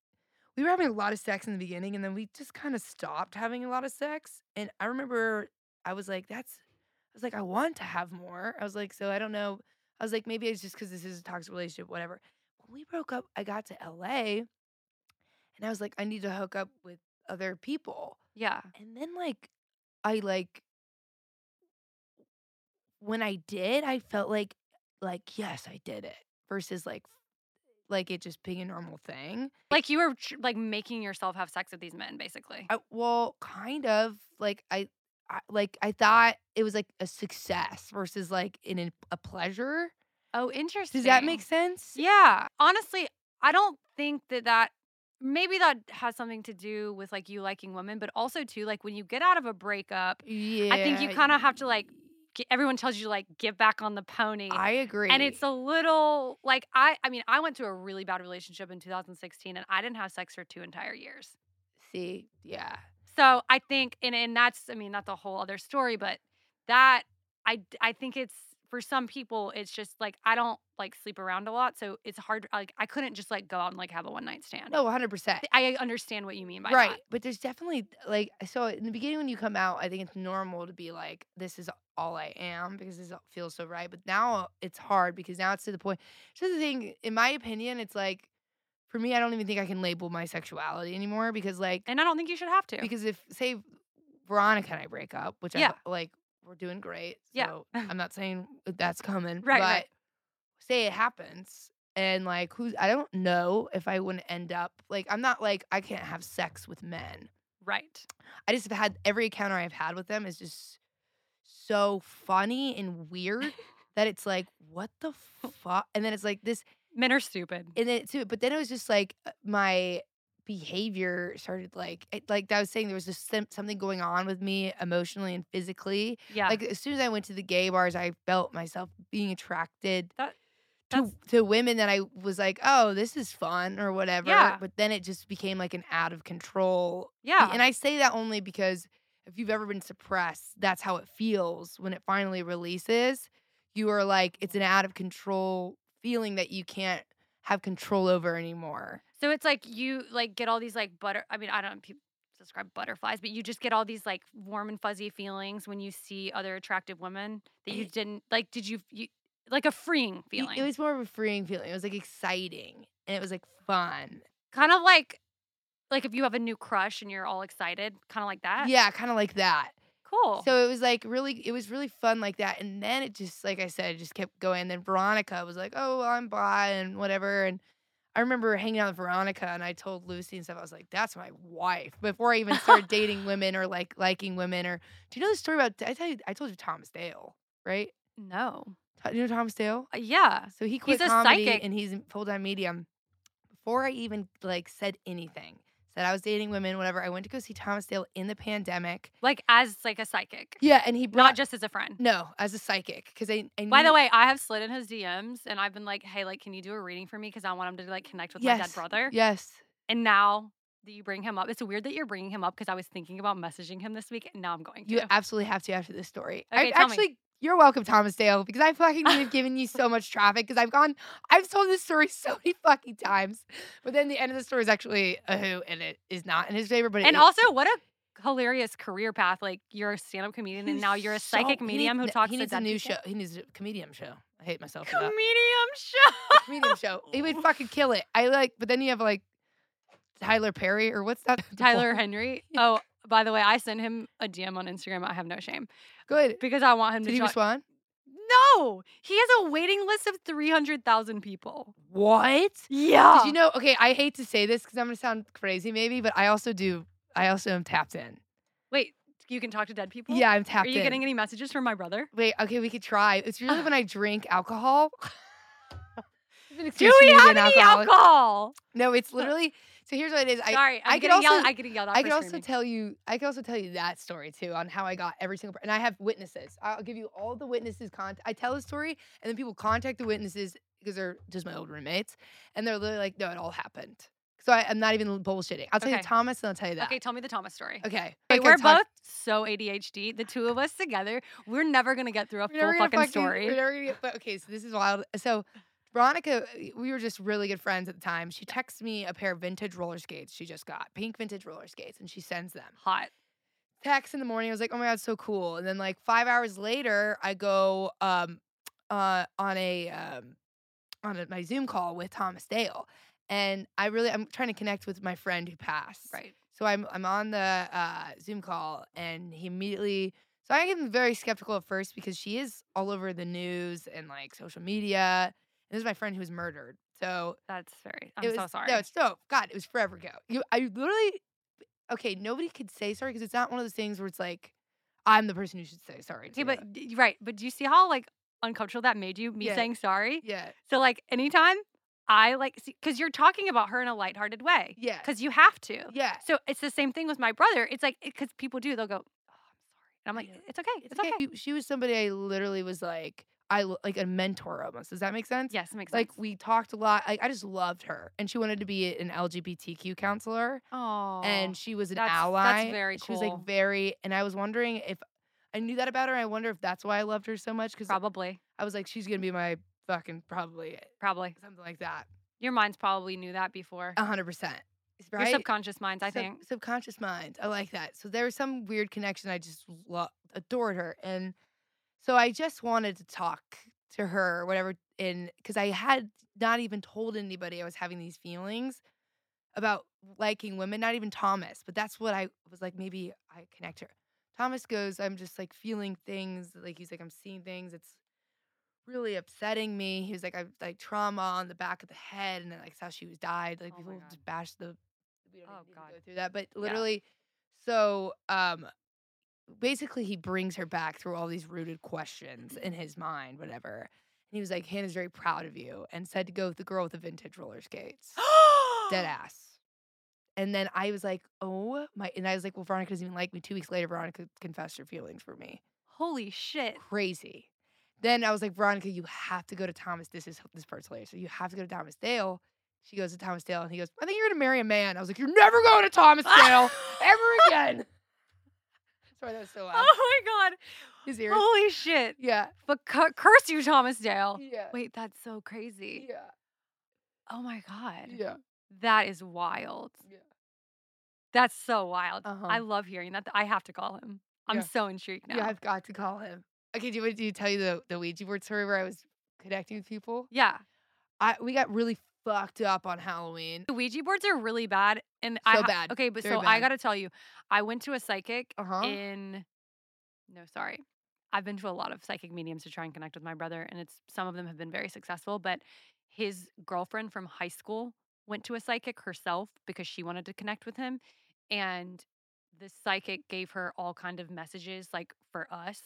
we were having a lot of sex in the beginning and then we just kind of stopped having a lot of sex. And I remember I was like, that's, I was like, I want to have more. I was like, so I don't know. I was like, maybe it's just because this is a toxic relationship, whatever. When we broke up, I got to LA and I was like, I need to hook up with other people.
Yeah.
And then like I like when I did, I felt like like yes, I did it versus like like it just being a normal thing.
Like you were tr- like making yourself have sex with these men, basically.
I, well, kind of like I, I like I thought it was like a success versus like in a, a pleasure.
Oh, interesting.
Does that make sense?
Yeah. Honestly, I don't think that that maybe that has something to do with like you liking women, but also too like when you get out of a breakup,
Yeah.
I think you kind of have to like g everyone tells you to, like get back on the pony.
I agree.
and it's a little like I I mean, I went to a really bad relationship in 2016 and I didn't have sex for two entire years.
see, yeah.
So I think, and, and that's, I mean, that's a whole other story, but that, I, d- I think it's, for some people, it's just like, I don't like sleep around a lot. So it's hard, like, I couldn't just like go out and like have a one night stand.
No, one hundred percent.
I understand what you mean by
right
that.
but there's definitely like so in the beginning when you come out i think it's normal to be like this is all i am because this all- feels so right but now it's hard because now it's to the point so the thing in my opinion it's like for me i don't even think i can label my sexuality anymore because like
And I don't think you should have to.
because if say veronica and i break up which
Yeah.
i like we're doing great
Yeah. (laughs)
so i'm not saying that that's coming
Right,
but
right.
say it happens and like who's i don't know if i wouldn't end up like i'm not like i can't have sex with men
right.
I just have had every encounter I've had with them is just so funny and
(laughs)
weird that it's like, what the
Oh.
fuck? And then it's like this,
Men are stupid.
and then too, but then it was just like uh, my behavior started like, it, like I was saying, there was just some, something going on with me emotionally and physically.
yeah.
Like as soon as I went to the gay bars, I felt myself being attracted
That-
to,
that's-
to women that I was like, oh, this is fun or whatever.
Yeah.
But then it just became like an out of control
yeah.
and I say that only because if you've ever been suppressed, that's how it feels when it finally releases. You are like, it's an out of control feeling that you can't have control over anymore.
so it's like you like get all these like butter, I mean, I don't know, people describe butterflies, but you just get all these like warm and fuzzy feelings when you see other attractive women that you
It-
didn't like, did you, you like a freeing
Y-
feeling.
Eh It was more of a freeing feeling. It was like exciting and it was like fun.
kind of like like if you have a new crush and you're all excited, kind of like that.
yeah, kind of like that.
Cool.
So it was like really, it was really fun like that. And then it just, like I said, it just kept going. And then Veronica was like, oh, well, I'm bi and whatever. And I remember hanging out with Veronica and I told Lucy and stuff, I was like, that's my wife. Before I even started (laughs) dating women or like liking women or, do you know the story about, I, tell you, I told you Thomas Dale, right?
no.
Do you know Thomas Dale?
Uh, yeah.
So he quit
a
comedy
psychic.
and he's full time medium. Before I even like said anything, said I was dating women, whatever, I went to go see Thomas Dale in the pandemic.
Like as like a psychic,
Yeah, Mm-hmm. and he brought
not just as a friend.
no, as a psychic, because I, I
By the
knew-
way, I have slid in his DMs and I've been like, "Hey, like, can you do a reading for me? Because I want him to like connect with my dead
Yes,
brother."
yes,
And now that you bring him up, it's weird that you're bringing him up because I was thinking about messaging him this week, and now I'm going to.
you absolutely have to after this story.
Okay,
I've
tell me.
actually, you're welcome, Thomas Dale, because I
(laughs)
fucking would have given you so much traffic because I've gone, I've told this story (laughs) so many fucking times. But then the end of the story is actually a who, and it is not in his favor. But it
and
is-
also, what a hilarious career path! Like you're a stand-up comedian, and
he's
now you're a
so-
psychic
he needs-
medium who
no,
talks
He
to
needs a
dead
new
people. (laughs)
show. He needs a comedian show. I hate myself. for that.
Comedium show.
Comedian show. He would fucking kill it. I like, but then you have like Tyler Perry or what's that? (laughs) the
Tyler
blonde- (laughs)
Henry. Oh, by the way, I sent him a DM on Instagram. I have no shame
Good.
because I want him
Did
to
he
jo-
respond?
No, he has a waiting list of three hundred thousand people.
What?
Yeah.
Did you know? Okay, I hate to say this because I'm gonna sound crazy, maybe, but I also do. I also am tapped in.
Wait, you can talk to dead people.
Yeah, I'm
Are
tapped
you
in.
getting any messages from my brother?
Wait, okay, we could try. It's
(sighs)
usually when I drink alcohol. It's an
Do
excuse for
we
me to be
have
an
any
alcoholic.
alcohol?
No, it's literally. So here's what it is. I
Sorry, I'm
I could
getting yelled.
also-
I getting yelled out.
I
for
could also
screaming.
tell you. I could also tell you that story too on how I got every single. per- And I have witnesses. I'll give you all the witnesses. Con- I tell the story, and then people contact the witnesses because they're just my old roommates, and they're literally like, "No, it all happened." So I, I'm not even bullshitting. I'll tell you
Okay.
Thomas, and I'll tell you that.
Okay, tell me the Thomas story. Okay.
Okay. Like, I
we're
talked-
both so ADHD. The two of us together, we're never gonna get through a
we're never
full
gonna
fucking story.
We're never gonna get, but okay, so this is wild. So Veronica, we were just really good friends at the time. She texts me a pair of vintage roller skates she just got, pink vintage roller skates, and she sends them.
Hot.
Text in the morning, I was like, oh my God, so cool. And then like five hours later, I go um uh on a um on a, my Zoom call with Thomas Dale. And I really I'm trying to connect with my friend who passed.
Right.
So I'm I'm on the uh, Zoom call, and he immediately. So I am very skeptical at first because she is all over the news and like social media. And this is my friend who was murdered. So
That's very. I'm
it was,
so sorry.
No, it's no. God, it was forever ago. You, I literally. Okay, nobody could say sorry because it's not one of those things where it's like, I'm the person who should say sorry.
okay,
to.
but d- right. But do you see how like uncomfortable that made you? Me
Yeah.
saying sorry.
yeah,
So like anytime I like, because you're talking about her in a lighthearted way,
yeah,
because you have to.
yeah.
So it's the same thing with my brother. It's like because people do. They'll go, "Oh, I'm sorry," and I'm
Yeah.
like, "It's okay. It's, okay.
She, she was somebody I literally was like, I l- like a mentor almost. Does that make sense?
Yes, it makes
like
sense.
we talked a lot. Like I just loved her, and she wanted to be an LGBTQ counselor,
oh,
and she was an
that's- that's
ally.
very
and She was
cool.
like very, and I was wondering if I knew that about her. I wonder if that's why I loved her so much because
probably,
I was like, she's gonna be my fucking probably
probably,
something like that.
your mind's probably knew that before.
A hundred percent. Uh, Right?
Your subconscious minds, I
Sub-
think.
Subconscious mind. I like that. So there was some weird connection. I just lo- adored her. And so I just wanted to talk to her, or whatever. And because I had not even told anybody I was having these feelings about liking women, not even Thomas, but that's what I was like, maybe I connect her. Thomas goes, I'm just like feeling things. Like he's like, I'm seeing things. It's really upsetting me. He was like, I've like trauma on the back of the head, and then like how she was died. Like
Oh my
people
God.
just bash the. We don't
Oh,
even need to
God.
go through that, but literally, so um, basically he brings her back through all these rooted questions in
Mm-hmm.
his mind, whatever. And he was like, Hannah's very proud of you, and said to go with the girl with the vintage roller skates
(gasps)
dead ass. And then I was like, oh my, and I was like, well, Veronica doesn't even like me. Two weeks later, Veronica confessed her feelings for me.
Holy shit!
Crazy. Then I was like, Veronica, you have to go to Thomas. This is this part's hilarious. So you have to go to Thomas Dale. She goes to Thomas Dale, and he goes, I think you're gonna marry a man. I was like, you're never going to Thomas Dale ever
(laughs)
again. (laughs) Sorry, that was so loud.
(laughs) Oh my god!
His ears.
Holy shit!
Yeah.
But cu- curse you, Thomas Dale.
Yeah.
Wait, that's so crazy.
Yeah.
Oh my god.
Yeah.
That is wild.
Yeah.
That's so wild. I
Uh-huh.
love hearing that. I have to call him. I'm
Yeah.
so intrigued now.
Yeah, I've got to call him. Okay, do you want to tell you the, the Ouija board story where I was connecting with people?
yeah.
I we got really fucked up on Halloween.
The Ouija boards are really bad. And I
So
ha-
bad.
Okay, but
Very
so I
bad.
gotta tell you, I went to a psychic
Uh huh.
in no, sorry. I've been to a lot of psychic mediums to try and connect with my brother, and it's some of them have been very successful, but his girlfriend from high school went to a psychic herself because she wanted to connect with him. And the psychic gave her all kind of messages like for us.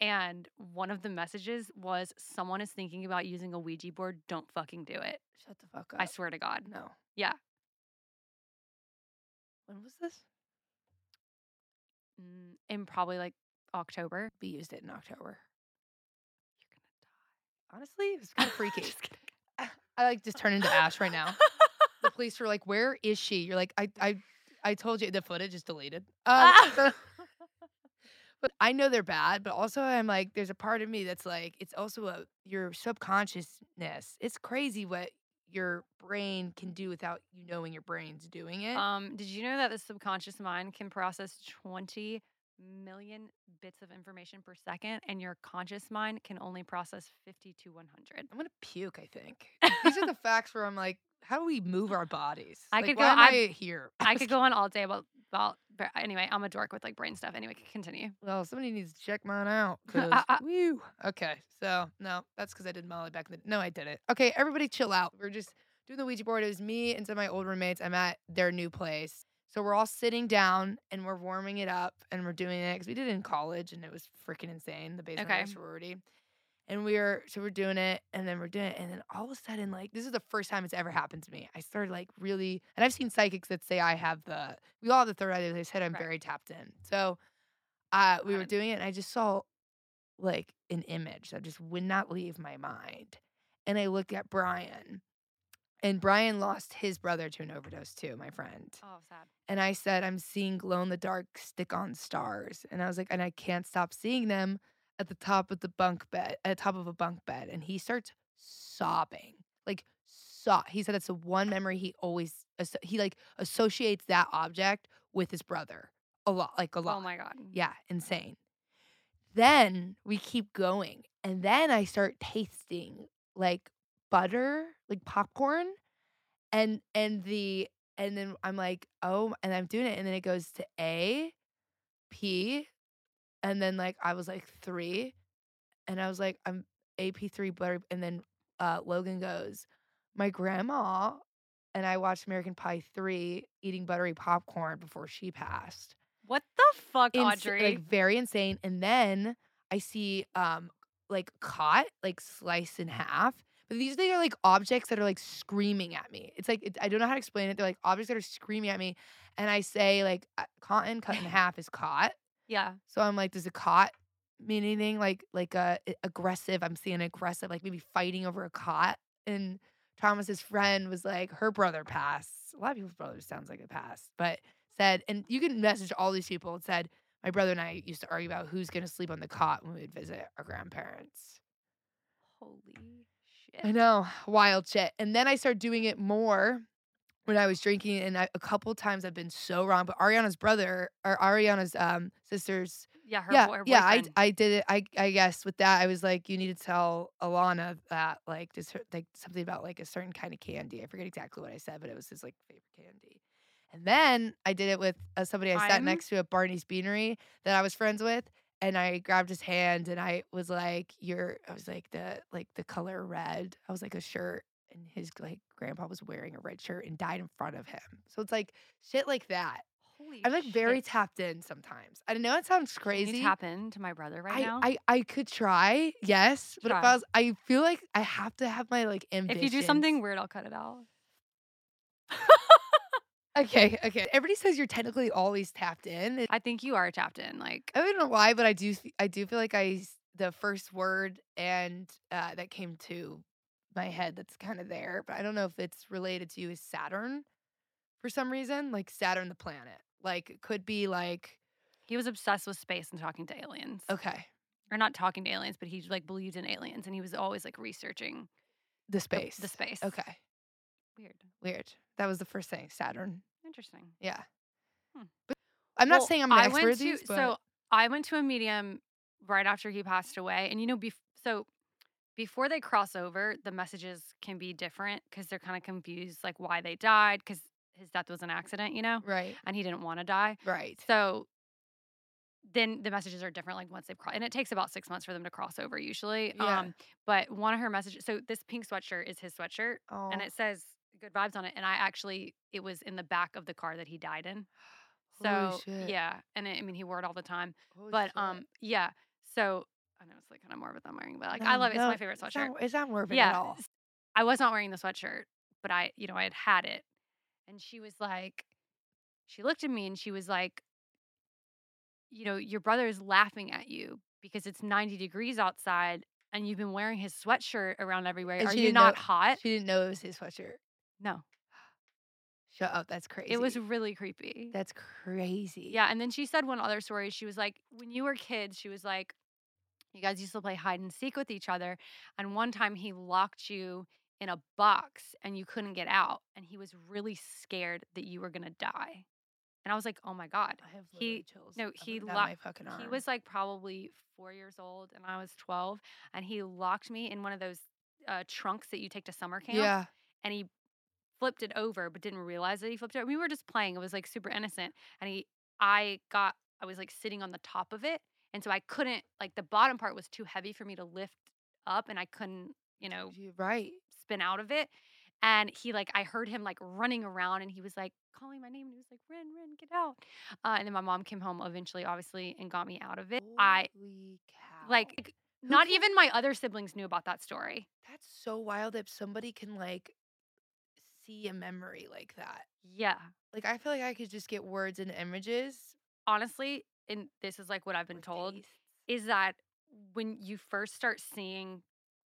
And one of the messages was someone is thinking about using a Ouija board, don't fucking do it.
Shut the fuck up.
I swear to God.
No.
Yeah.
When was this?
Mm, In probably like October.
We used it in October.
You're gonna
Honestly, it was kind
(laughs)
of freaky.
Just kidding.
I like just turn into ash right now. The police were like, "Where is she?" You're like, "I, I, I told you the footage is deleted." Um,
Ah!
so- (laughs) but I know they're bad. But also, I'm like, there's a part of me that's like, it's also a your subconsciousness. It's crazy what your brain can do without you knowing your brain's doing it.
Um, did you know that the subconscious mind can process 20 million bits of information per second, and your conscious mind can only process 50 to 100?
I'm gonna puke. I
(laughs)
think these are the facts where I'm like, how do we move our bodies?
I
Like,
could
why
go-
Am
I'm-
I here?
I
(laughs)
could go on all day about about. But anyway, I'm a dork with like brain stuff. Anyway, c- continue.
Well, somebody needs to check mine out. 'cause-
(laughs) I- I-
whew. Okay, so no, that's because I did Molly back in the. No, I didn't. Okay, everybody, chill out. We're just doing the Ouija board. It was me and some of my old roommates. I'm at their new place, so we're all sitting down and we're warming it up and we're doing it because we did it in college and it was freaking insane. The basement of our
Okay.
sorority. And we were so we're doing it, and then we're doing it, and then all of a sudden, like this is the first time it's ever happened to me. I started like really, and I've seen psychics that say I have the we all have the third eye. They said I'm
Right.
very tapped in. So, uh, we were
God.
doing it, and I just saw like an image that just would not leave my mind. And I looked at Brian, and Brian lost his brother to an overdose too, my friend.
Oh, sad.
And I said, I'm seeing glow in the dark stick on stars. And I was like, and I can't stop seeing them at the top of the bunk bed, at the top of a bunk bed. And he starts sobbing. Like sob. He said that's the one memory he always asso- he like associates that object with his brother a lot, like a lot.
Oh my god.
Yeah, insane. Then we keep going. And then I start tasting like butter, like popcorn. And and the and then I'm like, oh, and I'm doing it. And then it goes to A, P, and then like I was like three. And I was like, I'm AP3 butter. And then uh Logan goes, My grandma and I watched American Pie 3 eating buttery popcorn before she passed
What the fuck,
ins-
Audrey?
like very insane. And then I see um like caught, like sliced in half. But these things are like objects that are like screaming at me. It's like it, I don't know how to explain it. They're like objects that are screaming at me, and I say like uh, cotton cut in half is caught.
yeah.
So I'm like, does a cot mean anything? Like like uh, a aggressive. I'm seeing aggressive, like maybe fighting over a cot. And Thomas's friend was like, her brother passed. A lot of people's brothers sounds like it passed, but said, and you can message all these people and said, my brother and I used to argue about who's gonna sleep on the cot when we would visit our grandparents.
Holy shit.
I know, wild shit. And then I started doing it more when I was drinking, and I, a couple times I've been so wrong. But Ariana's brother or Ariana's um, sister's
Yeah. Her
yeah,
boy- her
yeah. I,
boyfriend.
I did it. I I guess with that, I was like, you need to tell Alana that like this her- like something about like a certain kind of candy. I forget exactly what I said, but it was his like favorite candy. And then I did it with uh, somebody I sat
I'm-
next to at Barney's Beanery that I was friends with, and I grabbed his hand and I was like, "You're," I was like the like the color red. I was like a shirt, and his like grandpa was wearing a red shirt and died in front of him. So it's like shit like that.
Holy
I'm like very
shit.
tapped in sometimes. I know it sounds
Can
crazy.
you tap into my brother right
I,
now?
I I could try, yes, but if
Try.
I was, I feel like I have to have my like ambition.
if you do something weird, I'll cut
(laughs)
it out.
okay, okay. Everybody says you're technically always tapped in. It-
I think you are tapped in. Like,
I don't know why, but I do. f- I do feel like I s- the first word and uh, that came to my head that's kind of there, but I don't know if it's related to you is Saturn for some reason, like Saturn the planet. Like it could be like
he was obsessed with space and talking to aliens.
okay,
Or not talking to aliens, but he like believed in aliens and he was always like researching
the
the-
space.
The, space.
Okay,
Weird.
weird. That was the first thing. Saturn.
Interesting.
Yeah.
Hmm.
But I'm not
Well,
saying I'm an
I
expert
went
at these,
to-
but
So I went to a medium right after he passed away, and you know, bef- so before they cross over, the messages can be different because they're kind of confused, like why they died, because his death was an accident, you know,
right,
and he didn't want to die.
right,
So then the messages are different, like once they've crossed, and it takes about six months for them to cross over usually.
Yeah.
Um, but one of her messages, so this pink sweatshirt is his sweatshirt,
oh,
and it says good vibes on it, and I actually it was in the back of the car that he died in.
Holy
So
shit.
yeah, and it, I mean he wore it all the time. but um, yeah. So I know it's like kind of morbid that I'm wearing, but like I love it. It's my favorite
It's
sweatshirt.
not, it's not morbid
yeah,
at all.
s- I was not wearing the sweatshirt, but I, you know, I had had it, and she was like, she looked at me and she was like, you know, your brother is laughing at you because it's 90 degrees outside and you've been wearing his sweatshirt around everywhere.
And
Are
she
you
didn't know-
not hot?
She didn't know it was his sweatshirt.
No,
Shut up. That's crazy.
it was really creepy.
That's crazy.
Yeah, and then she said one other story. She was like, when you were kids, she was like, you guys used to play hide and seek with each other, and one time he locked you in a box and you couldn't get out, and he was really scared that you were gonna die. And I was like, oh my god.
I have
He-
literally chills.
no,
up
he
and down
lo-
my fucking arm.
He was like probably four years old, and I was twelve, and he locked me in one of those uh, trunks that you take to summer camp
Yeah.
and he flipped it over but didn't realize that he flipped it over. We were just playing. It was like super innocent. And he I got I was like sitting on the top of it. And so I couldn't like the bottom part was too heavy for me to lift up and I couldn't, you know,
You're right.
spin out of it. And he like I heard him like running around and he was like calling my name and he was like, Ren, Ren, get out. Uh, and then my mom came home eventually, obviously, and got me out of it. I
Holy cow.
like like,
Who
not
can-
even my other siblings knew about that story.
that's so wild that somebody can like see a memory like that.
Yeah.
Like I feel like I could just get words and images.
Honestly, and this is like what I've been
or
told.
tastes.
is that when you first start seeing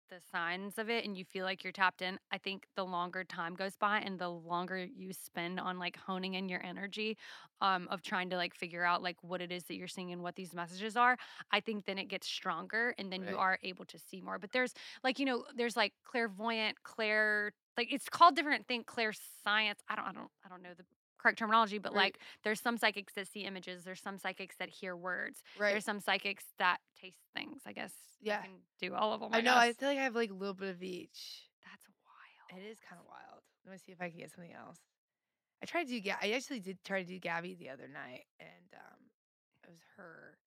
the signs of it and you feel like you're tapped in, I think the longer time goes by and the longer you spend on like honing in your energy um, of trying to like figure out like what it is that you're seeing and what these messages are, I think then it gets stronger and then
Right.
you are able to see more. But there's like, you know, there's like clairvoyant, clair, like it's called different thing, clairscience. I don't, I don't, I don't know the correct terminology, but
Right.
like there's some psychics that see images, there's some psychics that hear words
Right.
there's some psychics that taste things. I guess
Yeah.
you can do all of them. I,
I know. I
guess.
feel like I have like a little bit of each.
that's wild.
It is kind of wild. Let me see if I can get something else. I tried to do. Ga- I actually did try to do Gabby the other night, and um, it was her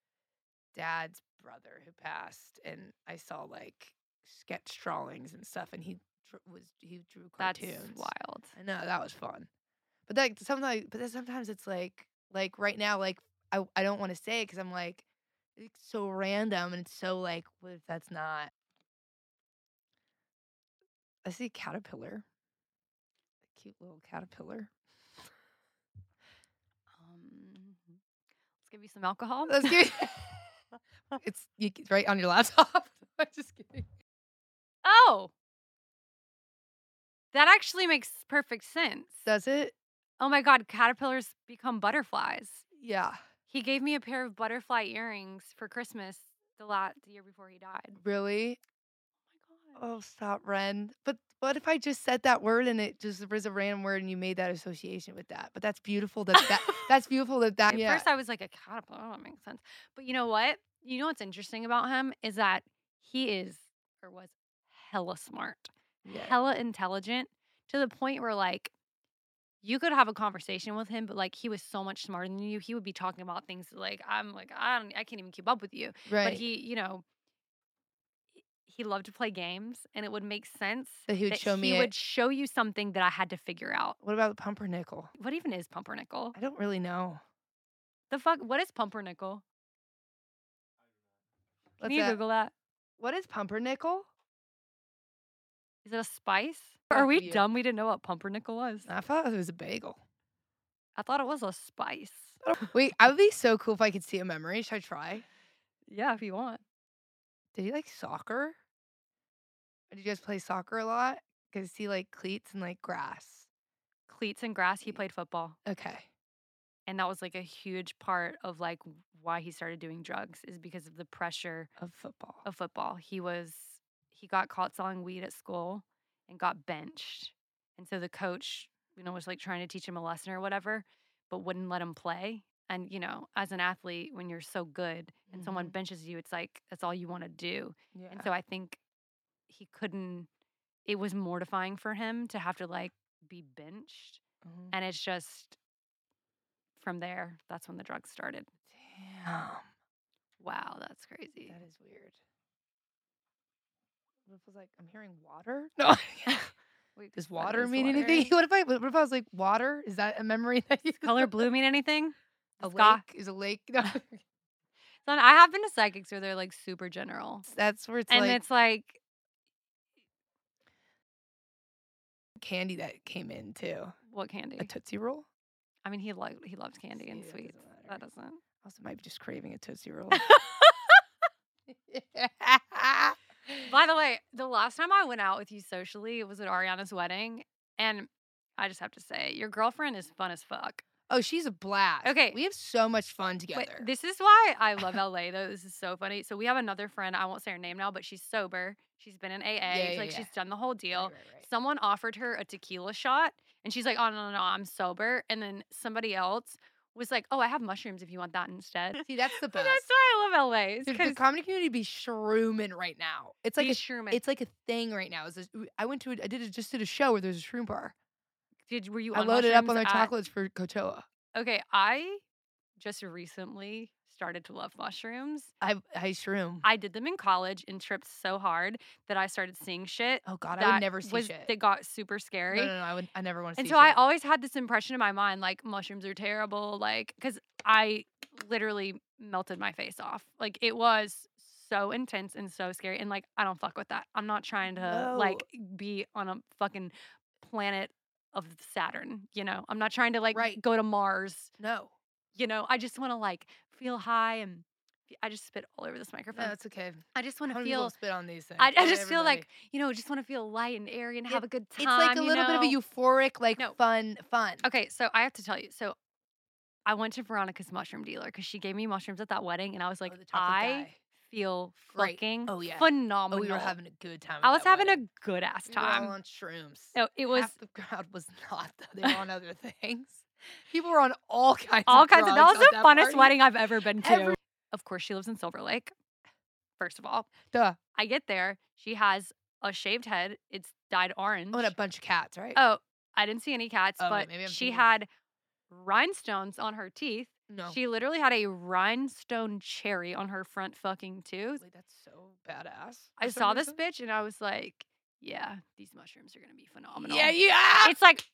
dad's brother who passed, and I saw like sketch drawings and stuff, and he dr- was he drew
That's
cartoons.
wild.
I know that was fun, but like sometimes, but then sometimes it's like like right now, like I I don't want to say it because I'm like it's so random and it's so like what if that's not. I see a caterpillar, a cute little caterpillar. (laughs)
Um, let's give you some alcohol.
Let's (laughs) give it's you, it's right on your laptop. (laughs) I'm just kidding.
(laughs) oh, that actually makes perfect sense.
Does it?
oh my God, caterpillars become butterflies.
Yeah,
He gave me a pair of butterfly earrings for Christmas the last the year before he died. Oh
really.
my (laughs) God.
Oh, stop, Ren. But what if I just said that word and it just was a random word and you made that association with that? But that's beautiful. That
(laughs)
that that's beautiful. That that
At
yeah.
first, I was like, a caterpillar. That makes sense. But you know what? You know what's interesting about him is that he is or was hella smart,
Yeah.
hella intelligent to the point where, like, you could have a conversation with him, but like he was so much smarter than you. He would be talking about things that, like I'm like I don't I can't even keep up with you.
right.
But he, you know, he- he loved to play games, and it would make sense
that he would
that
show me.
he
it.
would show you something that I had to figure out.
What about the pumpernickel?
What even is pumpernickel?
I don't really know.
The fuck? What is pumpernickel? Can
What's
you
that?
Google that?
What is pumpernickel?
Is it a spice?
Fuck
Are we
you.
dumb? We didn't know what pumpernickel was. (laughs)
I thought it was a bagel.
I thought it was a spice.
Wait, I would be so cool if I could see a memory. Should I try?
Yeah, if you want.
Did he like soccer? Or did you guys play soccer a lot? Because see like cleats and like grass.
Cleats and grass. He played football,
Okay.
and that was like a huge part of like w- why he started doing drugs is because of the pressure
Of football.
of football. He was he got caught selling weed at school and got benched, and so the coach, you know, was like trying to teach him a lesson or whatever, but wouldn't let him play. And you know, as an athlete, when you're so good and someone
Mhm.
benches you, it's like that's all you want to do.
yeah.
And so I think he couldn't, it was mortifying for him to have to like be benched.
Mhm.
And it's just from there, that's when the drugs started.
Damn.
Wow, that's crazy.
That is weird. What if I was like, I'm hearing water?
(laughs)
(laughs) No.
Wait,
Does
that
water
is
mean
water.
anything? (laughs)
(laughs)
What if I what if I was like water? Is that a memory that you (laughs)
Color blue mean anything?
A
Sky-
lake is a lake. (laughs) No.
Son, I have been to psychics where they're like super general.
That's where it's
and
like
it's like,
candy that came in too.
what candy?
A Tootsie Roll.
I mean, he loved he loves candy and
See, that
sweets.
doesn't matter.
That doesn't.
Also, might be just craving a Tootsie
(laughs)
Roll.
By the way, the last time I went out with you socially, it was at Ariana's wedding, and I just have to say, your girlfriend is fun as fuck.
(laughs) oh, she's a blast.
Okay.
We have so much fun
Wait,
together.
this is why
(laughs)
I love LA though. This is so funny. So we have another friend. I won't say her name now, but she's sober. She's been in AA.
Yeah, yeah,
like
yeah.
she's done the whole
Right,
deal.
right, right.
Someone offered her a tequila shot, and she's like, "Oh no, no, no, I'm sober." And then somebody else was like, "Oh, I have mushrooms if you want that instead."
See, that's the
But
best.
(laughs) that's why I love LA. It's
Dude, the
because
comedy community be shrooming right now. It's like a, it's like a thing right now. It's a- I went to a, I did a, just did a show where there's a shroom bar.
Did were you?
I
on
loaded up on
mushrooms
their
at-
chocolates for Coachella.
Okay, I just recently started to love mushrooms.
I I shroom.
I did them in college and tripped so hard that I started seeing shit.
oh God,
that
I would never see
was,
shit.
That got super
no,
scary.
no, no, I would I never want to
And
see.
so
shit.
I always had this impression in my mind like mushrooms are terrible, like because I literally melted my face off. Like it was so intense and so scary. And like I don't fuck with that. I'm not trying to like be on a fucking planet of Saturn, you know. I'm not trying to like
Right.
(laughs) go to Mars,
no.
you know. I just want to like feel high and I just spit all over this microphone.
No, it's okay.
I just want
How
to
many people
feel.
spit on these things?
I, I
Not
just feel like
everybody.
you know, just want to feel light and airy and
It-
have a good time.
it's like a
you
little bit of a
know?
euphoric, like
No.
fun, fun.
Okay, so I have to tell you. So I went to Veronica's mushroom dealer because she gave me mushrooms at that wedding, and I was like,
Oh, the chocolate
I
guy.
feel
Great.
fucking
Oh, yeah. Oh,
phenomenal.
we were having a good time.
I was having a good ass
We were all
time.
on shrooms.
No, it was
Half the crowd was (laughs) not. Though. They were
(laughs)
on other things. People were on all kinds.
all
of
kinds of. That
drugs
was
at
the funnest
party.
wedding I've ever been to.
Every-
of course, she lives in Silver Lake. First of all,
Duh.
I get there. She has a shaved head. It's dyed orange.
Oh, and a bunch of cats, right?
Oh, I didn't see any cats,
Oh, wait,
but
maybe I'm
she
thinking- Oh.
had rhinestones on her teeth.
no.
She literally had a rhinestone cherry on her front fucking tooth.
Wait, that's so badass.
I
for some
saw this
reason.
bitch and I was like, yeah, these mushrooms are going to be phenomenal.
Yeah, yeah.
It's like,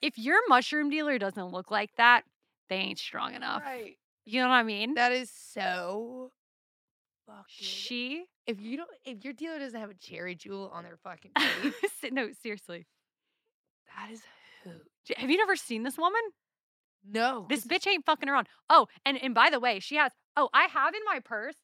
if your mushroom dealer doesn't look like that, they ain't strong enough.
Right.
You know what I mean?
That is so. Fucking.
she,
if you don't, if your dealer doesn't have a cherry jewel on their fucking
(laughs)
plate, (laughs)
Se- no, seriously.
that is who.
J- Have you never seen this woman?
No,
This
'cause
bitch ain't fucking around. Oh, and and by the way, she has. Oh, I have in my purse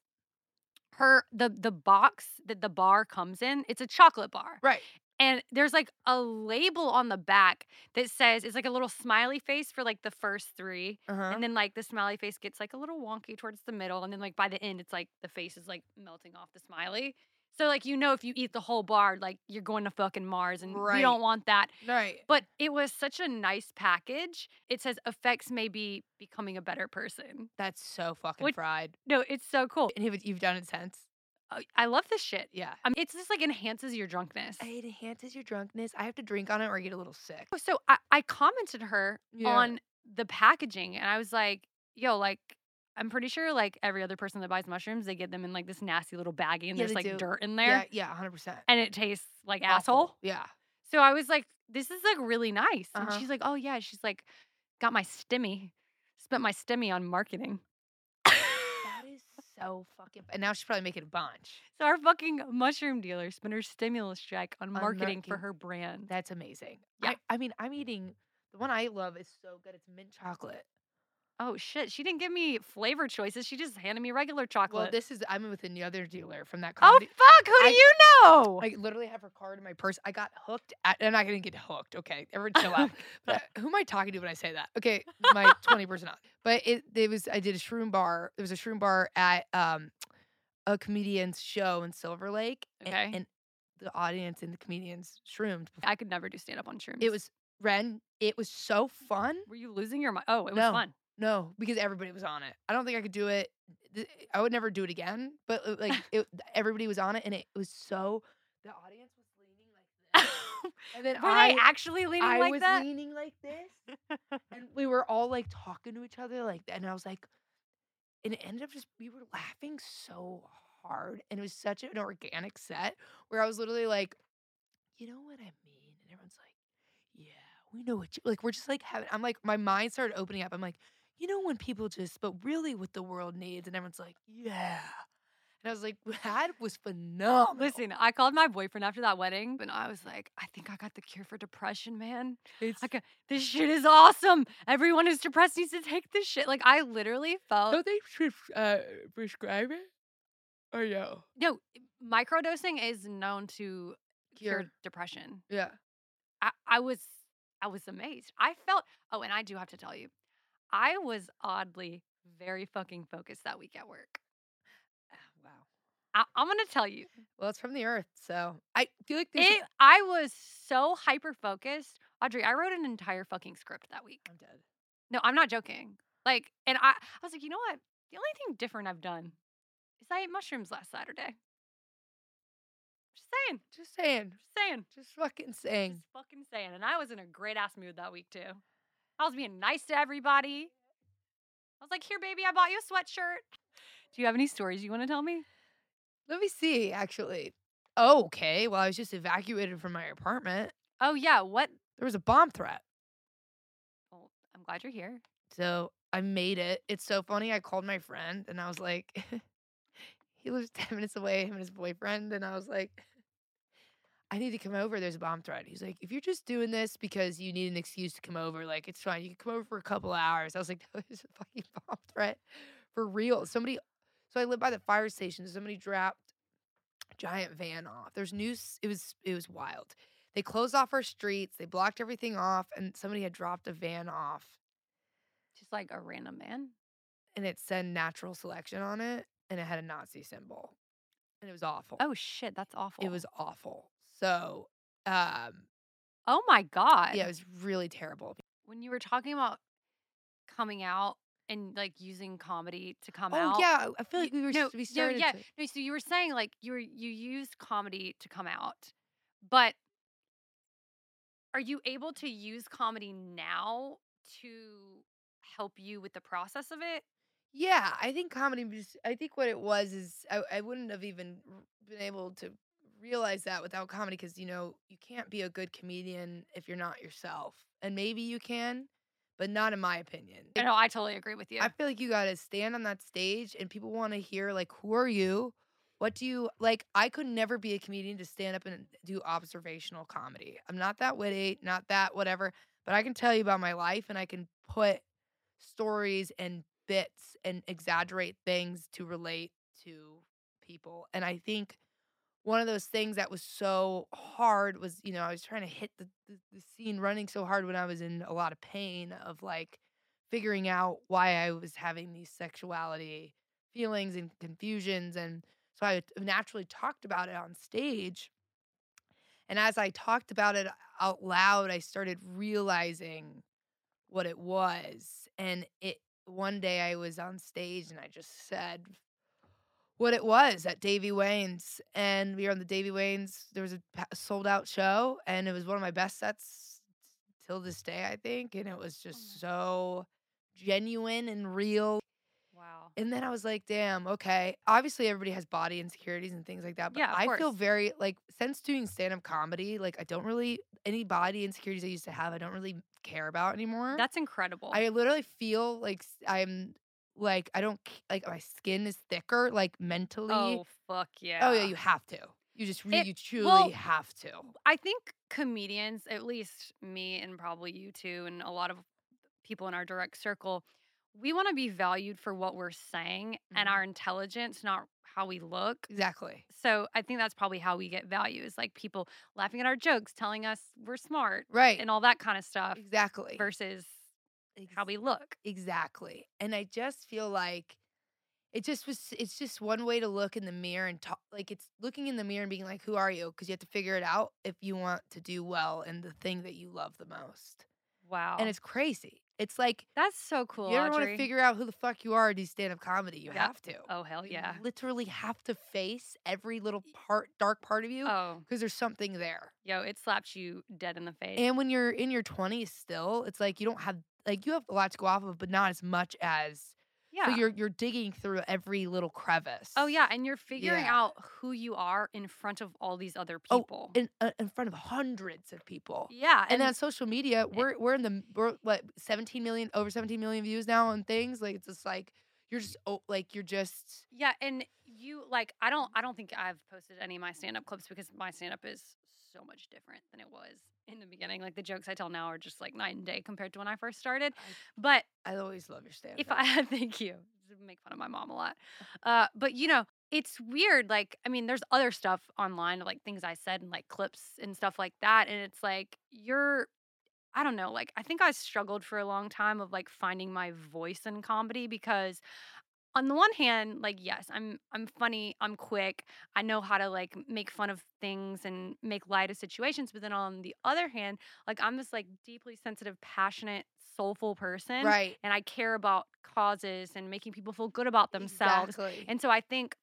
her the the box that the bar comes in. It's a chocolate bar.
Right.
and there's like a label on the back that says it's like a little smiley face for like the first three
Uh huh.
and then like the smiley face gets like a little wonky towards the middle and then like by the end it's like the face is like melting off the smiley so like you know if you eat the whole bar like you're going to fucking mars and we
Right.
don't want that
Right.
but it was such a nice package it says effects may be becoming a better person
That's so fucking
Would-
fried.
no it's so cool
And have, you've done it since.
I- i love this shit
Yeah.
I mean, it's just like enhances your drunkenness Oh,
It enhances your drunkenness. I have to drink on it or I get a little sick.
so I, I commented to her
Yeah.
on the packaging and I was like, yo, like I'm pretty sure like every other person that buys mushrooms, they get them in like this nasty little baggie
Yeah,
and there's
they
like
do.
dirt in there
Yeah, yeah, hundred percent.
and it tastes like asshole.
Yeah.
So I was like, this is like really nice.
Uh-huh.
And she's like, oh yeah. She's like, got my stimmy, spent my stimmy on
(laughs)
marketing.
That is so fucking. And now she's probably making a bunch.
So our fucking mushroom dealer spent her stimulus check on
On
marketing for
marketing.
her brand.
That's amazing.
Yeah.
I, I mean, I'm eating the one I love is so good. It's mint chocolate.
oh shit. She didn't give me flavor choices. She just handed me regular chocolate.
Well, this is I'm with another dealer from that
Oh
comedy.
fuck! Who do
I-
you know?
I literally have her card in my purse. I got hooked. At, I'm not gonna get hooked. (laughs) Okay, everyone chill out. But I- who am I talking to when I say that? Okay, my 20 percent off. But it, it was I did a shroom bar. It was a shroom bar at um a comedian's show in Silver Lake. a-
Okay.
And, the audience and the comedians shroomed. before-
I could never do stand up on shrooms.
It was Ren. It was so fun.
Were you losing your mind? Oh, it was
No.
fun. (laughs)
No, because everybody was on it. I don't think I could do it. th- I would never do it again. But uh,
(laughs)
like it, everybody was on it, and it was so the audience was leaning like
(laughs)
this, and then
Were
I
they actually leaning
I
like
was
that?
leaning like (laughs) this, and we were all like talking to each other like that, and I was like, and it ended up just we were laughing so hard, and it was such an organic set where I was literally like, you know what I mean, and everyone's like, yeah, we know what you like. We're just like having. I'm like my mind started opening up. I'm like, you know when people just, but really what the world needs, and everyone's like, yeah, and I was like, (laughs) that was (laughs) phenomenal.
Oh, Listen, I called my boyfriend after that wedding, and I was like, I think I got the cure for depression, man.
it's,
I got, this shit is awesome. Everyone who's depressed needs to take this shit. Like, I literally felt
don't they should uh, prescribe it or no?
no. Microdosing is known to cure,
Cure.
depression.
Yeah.
I, I was, I was amazed. I felt. Oh, and I do have to tell you, I was oddly very fucking focused that week at work.
Ah, Wow.
I, I'm gonna tell you,
Well, it's from the earth, so I feel like there's.
it, I was so hyper focused. Audrey, I wrote an entire fucking script that week.
I'm dead.
No, I'm not joking. Like, and I, I was like, you know what? The only thing different I've done is I ate mushrooms last Saturday. Just saying,
Just saying.
just saying,
Just fucking
just
saying.
fucking saying. And I was in a great ass mood that week too. I was being nice to everybody. I was like, here, baby, I bought you a sweatshirt. Do you have any stories you want to tell me?
Let me see. Actually. Oh, okay. Well, I was just evacuated from my apartment.
Oh yeah, what?
There was a bomb threat,
Well, I'm glad you're here.
so I made it. It's so funny. I called my friend and I was like, (laughs) he lives (laughs) ten minutes away, him and his boyfriend, and I was like. I need to come over. There's a bomb threat. He's like, if you're just doing this because you need an excuse to come over, like it's (laughs) fine. You can come over for a couple hours. I was like, no, it's a fucking bomb threat for real. Somebody, So I live by the fire station. Somebody dropped a giant van off. There's news. It was it was wild. They closed off our streets. They blocked everything off, and somebody had dropped a van off,
Just like a random man.
and it said natural selection on it, and it had a Nazi symbol, and it was awful.
Oh shit, that's awful.
it was awful. So, um,
Oh my god.
yeah, it was really terrible.
when you were talking about coming out and like using comedy to come
oh
out.
yeah, I feel
you-
like we were
no,
s- we
no,
started.
yeah,
to-
no, so you were saying like you were you used comedy to come out, but are you able to use comedy now to help you with the process of it?
Yeah, I think comedy. was- I think what it was is I, I wouldn't have even r- been able to realize that without comedy because you know you can't be a good comedian if you're not yourself, and maybe you can, but not in my opinion.
I know I totally agree with you.
I feel like you gotta stand on that stage, and people want to hear like, who are you? What do you like? I could never be a comedian to stand up and do observational comedy. I'm not that witty, not that whatever, but I can tell you about my life, and I can put stories and bits and exaggerate things to relate to people. And I think one of those things that was so hard was, you know, I was trying to hit the, the, the scene running so hard when I was in a lot of pain of like figuring out why I was having these sexuality feelings and confusions. And so I naturally talked about it on stage. And as I talked about it out loud, I started realizing what it was. And it one day I was on stage and I just said what it was at Davy Wayne's. And we were on the Davy Wayne's, there was a pa- sold out show, and it was one of my best sets till this day, I think. And it was just so genuine and real.
wow.
And then I was like, damn, okay. Obviously, everybody has body insecurities and things like that. But
Yeah, of
I feel
course.
very, like, since doing stand up comedy, like, I don't really, any body insecurities I used to have, I don't really care about anymore.
That's incredible.
I literally feel like s- I'm, like, I don't, c- like, my skin is thicker, like, mentally.
oh fuck yeah.
Oh, yeah, you have to. You just really,
It-
you truly
well,
have to.
I think comedians, at least me and probably you too, and a lot of people in our direct circle, we want to be valued for what we're saying and
Mhm.
our intelligence, not how we look.
Exactly.
So I think that's probably how we get value is like people laughing at our jokes, telling us we're smart
Right.
and all that kind of stuff
exactly.
versus how
Ex-
we look.
Exactly. And I just feel like it just was it's just one way to look in the mirror and talk like it's looking in the mirror and being like who are you because you have to figure it out if you want to do well in the thing that you love the most.
Wow.
And it's crazy. It's like
that's so cool.
you ever want
Audrey.
to figure out who the fuck you are in stand up comedy, you
Yeah.
have to.
oh hell
You
yeah.
literally have to face every little part dark part of you
Oh,
because there's something there.
yo, it slaps you dead in the face.
And when you're in your 20s still, it's like you don't have like you have a lot to go off of but not as much as
yeah.
So you're you're digging through every little crevice.
Oh yeah, and you're figuring
Yeah.
out who you are in front of all these other
Oh,
people.
in uh, in front of hundreds of people.
yeah, eh
And, on social media, we're we're in the we're, what 17 million over 17 million views now on things like it's just like you're just oh, like you're just
yeah, and you like I don't I don't think I've posted any of my stand up clips because my stand up is so much different than it was in the beginning. Like the jokes I tell now are just like night and day compared to when I first started.
I-
But
I always love your stand.
if I thank you, make fun of my mom a lot. Uh, but you know, it's weird. Like I mean, there's other stuff online, like things I said and like clips and stuff like that. And it's like you're, I don't know. Like I think I struggled for a long time of like finding my voice in comedy because. On the one hand, like yes, I'm I'm funny, I'm quick. I know how to like make fun of things and make light of situations, but then on the other hand, like I'm this like deeply sensitive, passionate, soulful person
right
and I care about causes and making people feel good about themselves.
Exactly.
And so I think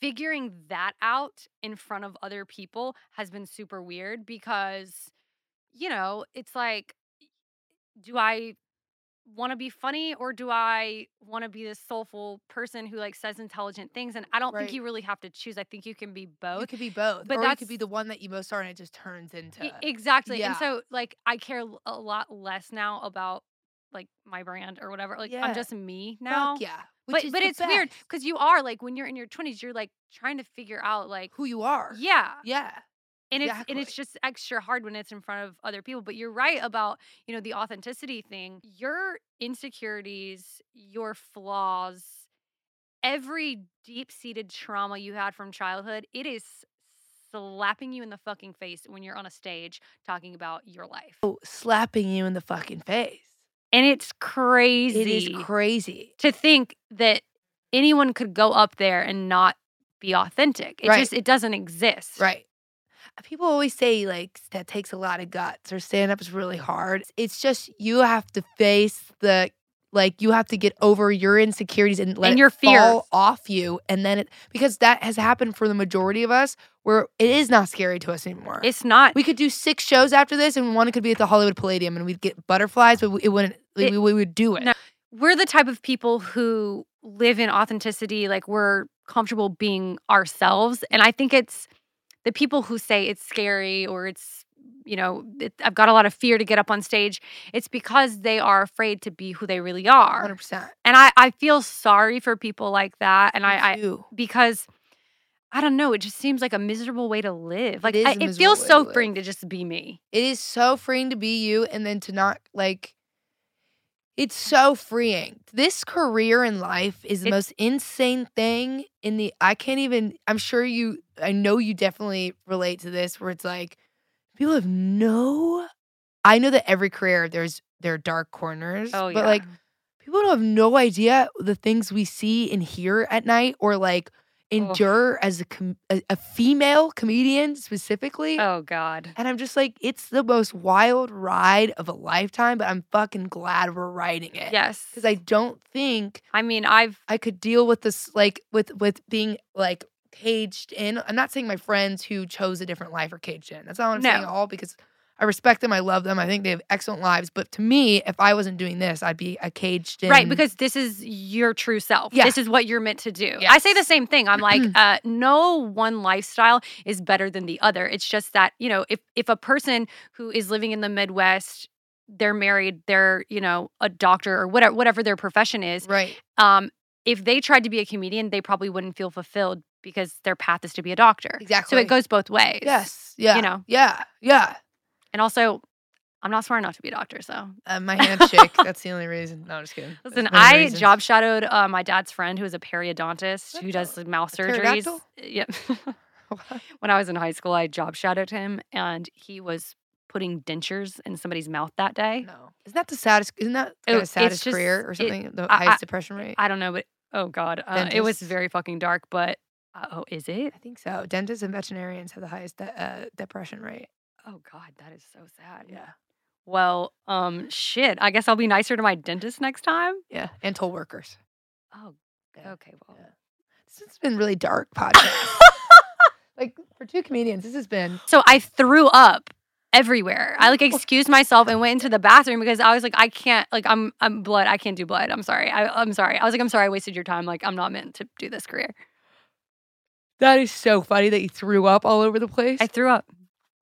figuring that out in front of other people has been super weird because, you know, it's like, do I want to be funny or do I want to be this soulful person who like says intelligent things? And I don't
Right.
think you really have to choose. I think you can be
you
both.
could be both,
but
or you could be
that's-
the one that you most are, and it just turns into
E- exactly.
yeah.
And so like I care l- a lot less now about like my brand or whatever. Like
Yeah.
I'm just me now.
fuck yeah. Which
but
is
but
the
it's weird
best.
because you are like when you're in your 20s you're like trying to figure out like
who you are.
yeah
yeah,
and it's and it's
exactly.
just extra hard when it's in front of other people but you're right about you know the authenticity thing your insecurities your flaws every deep seated trauma you had from childhood, it is slapping you in the fucking face when you're on a stage talking about your life.
Oh, slapping you in the fucking face.
And it's crazy
It is crazy.
to think that anyone could go up there and not be authentic. It
Right.
just it doesn't exist.
Right. Uh, People always say like that takes a lot of guts or stand up is really hard. It's just you have to face the like you have to get over your insecurities and let
And
it
your fears.
fall off you and then it because that has happened for the majority of us where it is not scary to us anymore.
It's not
we could do six shows after this and one could be at the Hollywood Palladium and we'd get butterflies but we- it wouldn't like,
It-
we, we would do it.
no. we're the type of people who live in authenticity like we're comfortable being ourselves and i think it's the people who say it's scary or it's you know it, i've got a lot of fear to get up on stage it's because they are afraid to be who they really are
100%.
and i, I feel sorry for people like that and I, I
do.
because i don't know it just seems like a miserable way to live like
is
I,
a
it
miserable
feels
way to
so
live.
freeing to just be me
It is so freeing to be you and then to not like it's so freeing. This career in life is the
It-
most insane thing in the I can't even I'm sure you I know you definitely relate to this where it's like people have no I know that every career there's their dark corners.
oh yeah
But like people don't have no idea the things we see and hear at night or like endure as a, com- a a female comedian specifically.
oh god
And I'm just like, it's the most wild ride of a lifetime, but I'm fucking glad we're riding it.
yes
Because eh, I don't think
i mean i've
I could deal with this, like, with with being like caged in. I'm not saying my friends who chose a different life are caged in. That's not what I'm saying at
No.
all. Because I respect them, I love them, I think they have excellent lives. But to me, if I wasn't doing this, I'd be a caged in.
Right, because this is your true self.
Yeah. Mm-hmm.
This is what you're meant to do. I say the same thing. I'm like, uh, no one lifestyle is better than the other. It's just that, you know, if if a person who is living in the Midwest, they're married, they're, you know, a doctor or whatever whatever their profession is,
right,
um, if they tried to be a comedian, they probably wouldn't feel fulfilled because their path is to be a doctor.
exactly.
So it goes both ways.
Yes. Yeah.
know.
Yeah. Yeah.
And also, I'm not sworn not to be a doctor, so
Uh, my handshake. that's the only reason. No, I'm just
(laughs)
kidding.
Listen,
There's many
I
reasons. (laughs)
job shadowed uh, my dad's friend who is a periodontist who
That's
does like, mouth
a
surgeries.
pterodactyl?
Yep. (laughs) when I was in high school, I job shadowed him, and he was putting dentures in somebody's mouth that day.
No. Isn't that the saddest? Isn't that
Oh,
the
it's
saddest
just-
career or
it-
something? the
I- I-
highest depression rate. I,
I don't know, but oh god, uh, it was
Dentists?
very fucking dark. But uh, oh, is it?
think so. Dentists and veterinarians have the highest de- uh, depression rate.
Oh god, that is so sad.
Yeah.
Well, um, shit. I guess I'll be nicer to my dentist next time.
Yeah, and toll workers.
Oh,
Yeah.
okay. Well,
Yeah. This has been really dark podcast. like for two comedians, this has
(sighs)
been.
(laughs) So I threw up everywhere. (laughs) I like excused myself and went into the bathroom because I was like, I can't, like, I'm, I'm blood. I can't do blood. I'm sorry. I, I'm sorry. I was like, I'm sorry. I wasted your time. Like, I'm not meant to do this career.
That is so funny that you threw up all over the place.
I threw (laughs) up.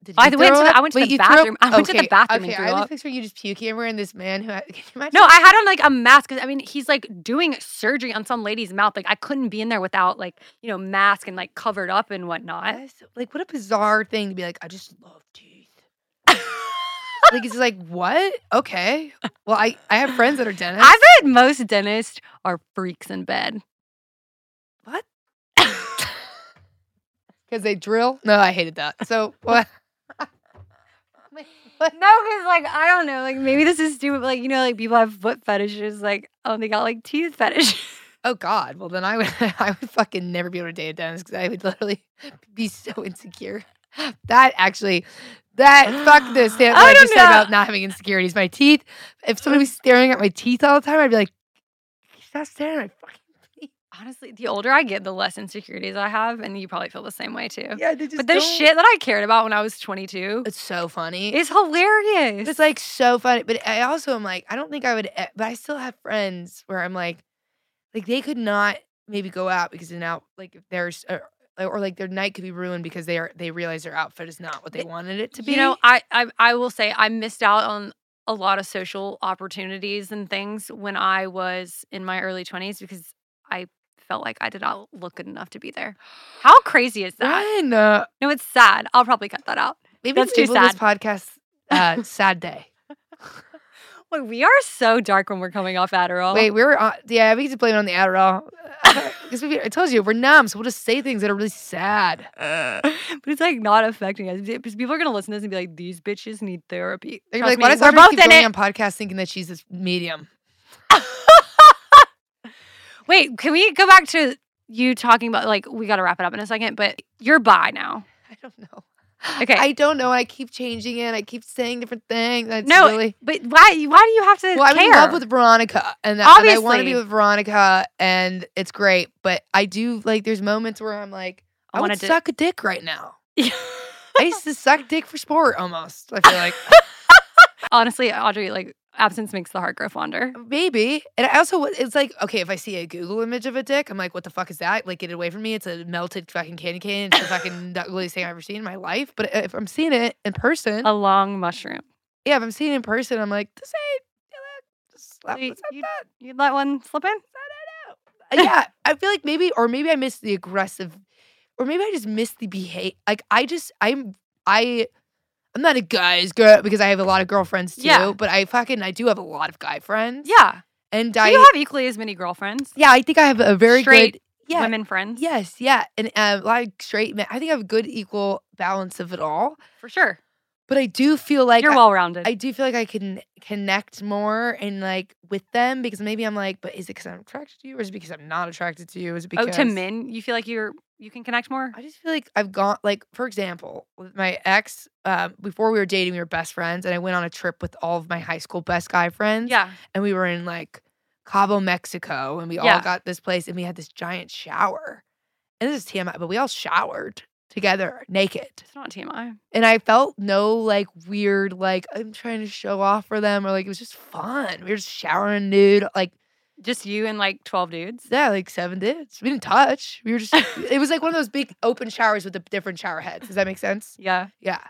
Did
I
you
went
throw
to the-
up?
I went to
Wait,
the
you threw
bathroom. I went to the
Okay,
bathroom and
Okay,
threw
I was
up.
picturing you just puking everywhere, and this man who had, can you imagine?
No, I had on like a mask because I mean, he's like doing surgery on some lady's mouth. Like, I couldn't be in there without like, you know, mask and like covered up and whatnot. (laughs)
That is so- like what a bizarre thing to be like. I just love teeth. like it's like what? Okay. Well, I I have friends that are dentists.
(laughs) I bet most dentists are freaks in bed.
What? Because they drill? No, I hated that. So (laughs)
(laughs)
what?
No, because like I don't know, like maybe this is stupid. But, like you know, like people have foot fetishes. Like oh, they got like teeth fetish. (laughs)
Oh God. Well, then I would (laughs) I would fucking never be able to date a dentist because I would literally (laughs) be so insecure. That actually, that fuck
(gasps)
this. That what
I
I
don't
just said
know.
about not having insecurities. My teeth. If somebody was staring at my teeth all the time, I'd be like, stop staring at my fucking teeth.
Honestly, the older I get, the less insecurities I have, and you probably feel the same way too.
Yeah, they just.
but there's
don't-
shit that I cared about when I was 22
It's so funny.
is hilarious.
It's like so funny, but I also am like, I don't think I would, e- but I still have friends where I'm like, like they could not maybe go out because now, like, if there's, or, eh, or like their night could be ruined because they are, they realize their outfit is not what they
Th-
wanted it to be.
you know, I, I I will say I missed out on a lot of social opportunities and things when I was in my early 20s because I felt like I did not look good enough to be (gasps) there. How crazy is that?
Ryan, uh,
No, it's sad. I'll probably cut that out.
maybe
That's
That's
too (laughs)
label this podcast uh, sad day.
Like, we are so dark when we're coming off Adderall.
Wait, we were on, yeah, we can just blame it on the Adderall. 'Cause we- I told you, we're numb, so we'll just say things that are really sad.
(laughs) Uh, but it's like not affecting us. Th- because People are gonna listen to this and be like, "These bitches need therapy."
They're
Trust
like, why
me,
does
we're
Audrey
both
keep
in
going
it.
on podcasts thinking that she's this medium?
Wait, can we go back to you talking about like we got to wrap it up in a second? But you're bi now.
(laughs) I don't know.
Okay.
I don't know. I keep changing it. I keep saying different things. and It's
No,
really.
but why? Why do you have to
Well, I'm
care?
in love with Veronica, and, that, and I want to
Obviously.
be with Veronica, and it's great. But I do like. There's moments where I'm like, I,
I
want
wanna
to
do-
suck a dick right now.
(laughs) Yeah.
I used to suck dick for sport almost. I feel
(laughs)
like
Honestly, Audrey, like absence makes the heart grow fonder.
maybe. And I also, it's like okay, if I see a Google image of a dick, I'm like, what the fuck is that? Like, get it away from me. It's a melted fucking candy cane. It's the
(laughs)
fucking ugliest thing I've ever seen in my life. But uh, if I'm seeing it in person,
A long mushroom.
yeah, if I'm seeing it in person, I'm like, this ain't. Slap,
You-
this ain't
you-
that.
You'd let one slip in.
Uh, yeah, I feel like maybe, or maybe I miss the aggressive, or maybe I just miss the behave. Like I just, I'm, I, I'm not a guy's girl because I have a lot of girlfriends too.
Yeah.
But I fucking, I do have a lot of guy friends.
Yeah.
and
Do
I,
you have equally as many girlfriends?
yeah, I think I have a very
Straight
good, yeah,
Women friends.
yes, yeah, and uh, a lot of straight men. I think I have a good equal balance of it all.
For sure.
But I do feel like
you're
I-
well rounded.
I do feel like I can connect more and like with them because maybe I'm like, but is it because I'm attracted to you, or is it because I'm not attracted to you? Is it
Oh,
because
to men, you feel like you're you can connect more.
I just feel like I've gone like for example with my ex um, before we were dating we were best friends and I went on a trip with all of my high school best guy friends
Yeah.
and we were in like Cabo Mexico and we all
Yeah.
got this place and we had this giant shower and this is TMI but we all showered together naked
It's not TMI.
and I felt no like weird like I'm trying to show off for them or like it was just fun we were just showering nude like
Just you and like twelve dudes.
yeah, like seven dudes. We didn't touch. We were just. it was like one of those big open showers with the different shower heads. Does that make sense?
Yeah.
Yeah.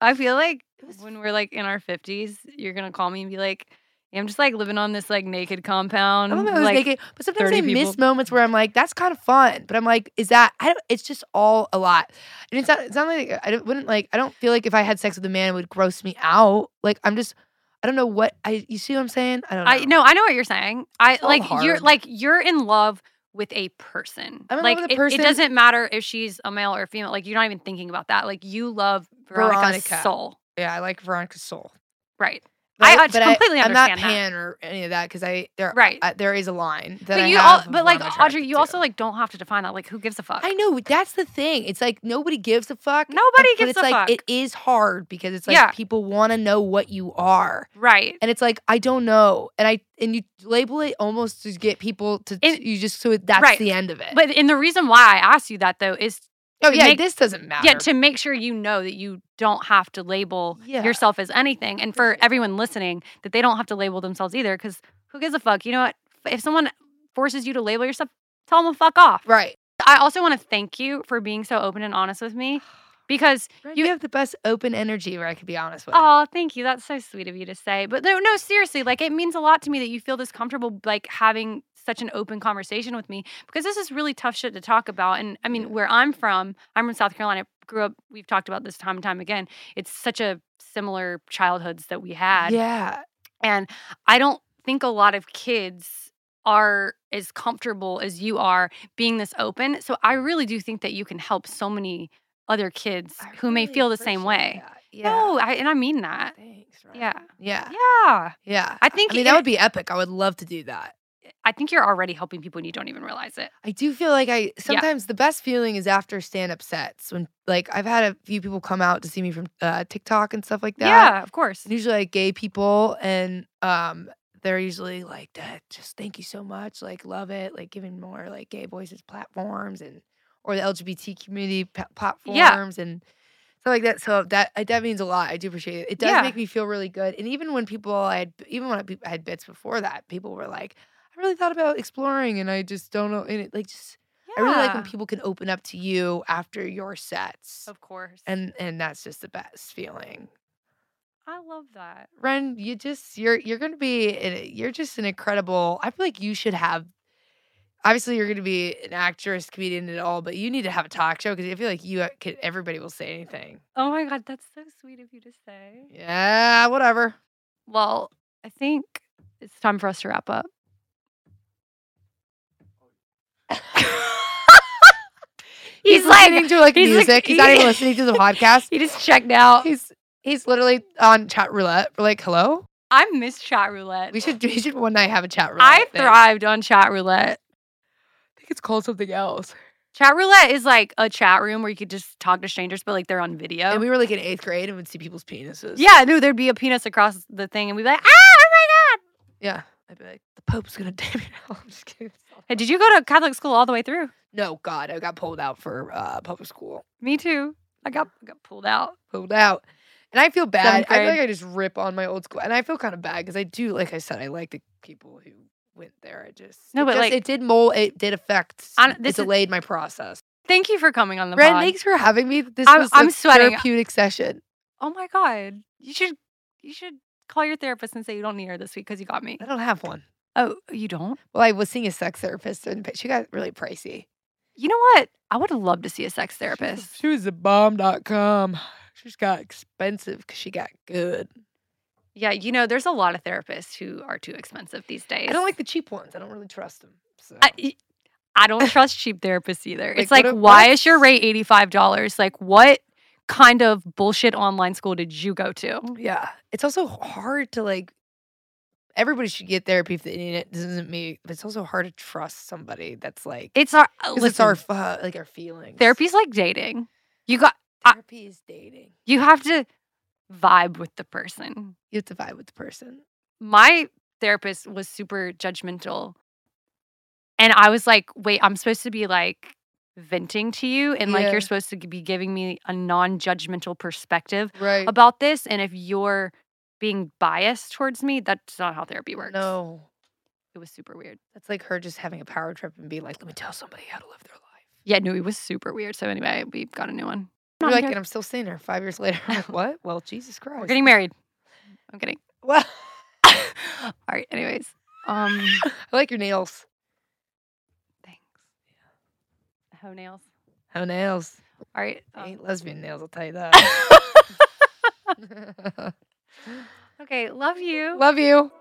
I feel like
It was
when we're like in our fifties, you're gonna call me and be like, "Yeah, I'm just like living on this like naked compound.
I don't know. I was
Mm, like,
naked, but sometimes I
30
miss
people.
moments where I'm like, that's kind of fun, but I'm like, is that? I don't. It's just all a lot, and it's not. It's not like I don't, wouldn't like. I don't feel like if I had sex with a man, it would gross me out. Like I'm just. I don't know what I. You see what I'm saying? I don't. Know.
I no, I know what you're saying. I
It's all
like you're
hard.
like you're in love with a person.
I'm in love
like
with a
it-
person.
It, doesn't matter if she's a male or a female. Like you're not even thinking about that. Like you love Veronica's
Veronica.
soul.
Yeah, I like Veronica's soul.
Right.
But
I, uh,
but
completely
I'm not
understand that.
pan or any of that because I there
Right.
I- there is a line that
but
I
you
have
all,
of
but
what
like
I'm
Audrey,
attracted
you
to.
also like don't have to define that. Like who gives a fuck?
I know that's the thing. It's like nobody gives a fuck. and-
Nobody
but
gives
it's
a
like,
fuck.
It is hard because it's like
Yeah.
people want to know what you are,
right.
and it's like I don't know, and I and you label it almost to get people to
And-
you just so that's
right.
the end of it.
But and the reason why I asked you that though is
oh
to
yeah,
make-
this doesn't matter.
yeah to make sure you know that you don't have to label
Yeah.
yourself as anything and for
Appreciate that.
everyone listening that they don't have to label themselves either because who gives a fuck you know what F- if someone forces you to label yourself tell them to fuck off
right.
i also want to thank you for being so open and honest with
(sighs)
me because
You, have the best open energy where I could be honest with.
oh thank you that's so sweet of you to say but no no seriously like it means a lot to me that you feel this comfortable like having such an open conversation with me because this is really tough shit to talk about and i
Yeah.
mean where i'm from i'm from south carolina grew up we've talked about this time and time again it's such a similar childhoods that we had
yeah.
and I don't think a lot of kids are as comfortable as you are being this open. So I really do think that you can help so many other kids
I
who may
really
feel the same
appreciate
way.
that. Yeah.
No, I, and I mean that.
Thanks. Ryan.
Yeah.
Yeah.
Yeah.
Yeah.
I think
I mean,
it-
that would be epic. I would love to do that.
I think you're already helping people and you don't even realize it.
I do feel like I sometimes the best feeling is after stand up sets when like I've had a few people come out to see me from uh, TikTok and stuff like that.
Yeah, of course.
It's usually like gay people and um they're usually like that just thank you so much like love it like giving more like gay voices platforms and or the LGBT community p- platforms and stuff like that. So that I- that means a lot. I do appreciate it. It does
Yeah.
make me feel really good. And even when people I had even when I pe- I had bits before that, people were like, I really thought about exploring and I just don't know and it like just I really like when
Yeah,
people can open up to you after your sets.
Of course.
And and that's just the best feeling.
I love that.
Ren, you just you're you're going to be an- you're just an incredible. I feel like you should have Obviously, you're going to be an actress, comedian, and all, but you need to have a talk show because I feel like you uh, could. Everybody will say anything.
Oh my God, that's so sweet of you to say.
Yeah, whatever.
Well, I think it's time for us to wrap
(laughs)
up.
He's, listening to like
he's like-
music. he's not even
he-
listening to (laughs) the podcast.
he just checked out.
He's he's literally on chat roulette. We're like, hello.
I miss chat roulette.
We should we should one night have a chat roulette.
I
thing.
thrived on chat roulette.
I think it's called something else.
Chat roulette is like a chat room where you could just talk to strangers, but like they're on video.
And we were like in eighth grade and would see people's penises.
yeah, no, there'd be a penis across the thing, and we'd be like, ah, oh my
yeah. I'd be like, the Pope's gonna (laughs) damn it. No, I'm just kidding.
god. Hey, Did you go to Catholic school all the way through?
No, God, I got pulled out for uh, public school.
Me too. I got I got pulled out.
Pulled out. And I feel bad.
Seventh
I feel
grade.
like I just rip on my old school, and I feel kind of bad because I do, like I said, I like the people who went there. I just
No,
it
but,
just-
like-
it did mold. It did affect.
I don't-
it
this is-
delayed my process.
Thank you for coming on the
Brad,
pod.
thanks for having me. This
I'm-
was
I'm
like,
sweating.
therapeutic session.
oh my god, you should you should call your therapist and say you don't need her this week because you got me.
I don't have one.
Oh, you don't?
Well, I was seeing a sex therapist, and but she got really pricey.
You know what? I would love to see a sex therapist.
She was a bomb.com. She just got expensive because she got good.
Yeah, you know, there's a lot of therapists who are too expensive these days.
I don't like the cheap ones. I don't really trust them. So.
I, y-
(laughs)
I don't trust cheap therapists either. It's
Like,
like,
what a-
why
what?
is your rate eighty five dollars? Like, what kind of bullshit online school did you go to?
yeah. It's also hard to like, everybody should get therapy if they need it. This isn't me. But it's also hard to trust somebody that's like,
It's our uh,
'cause
listen,
it's our, fu- like our feelings.
therapy's like dating. You got I-
Therapy is dating.
you have to vibe with the person.
You have to vibe with the person.
my therapist was super judgmental. And I was like, wait, I'm supposed to be like venting to you. And like,
Yeah.
you're supposed to be giving me a non judgmental perspective
Right.
about this. And if you're being biased towards me, that's not how therapy works.
No.
It was super weird.
That's like her just having a power trip and being like, let me tell somebody how to live their life.
Yeah, no, it was super weird. So anyway, we got a new one.
You're
I'm
like,
here.
and I'm still seeing her five years later.
(laughs)
I'm like, what? Well, Jesus Christ.
We're getting married. I'm kidding. (laughs)
Well, (laughs)
All right. Anyways. Um
I like your nails.
thanks. Hoe nails.
How nails?
All right.
They
um,
ain't lesbian nails, I'll tell you
(laughs)
that. (laughs)
okay. Love you.
Love you.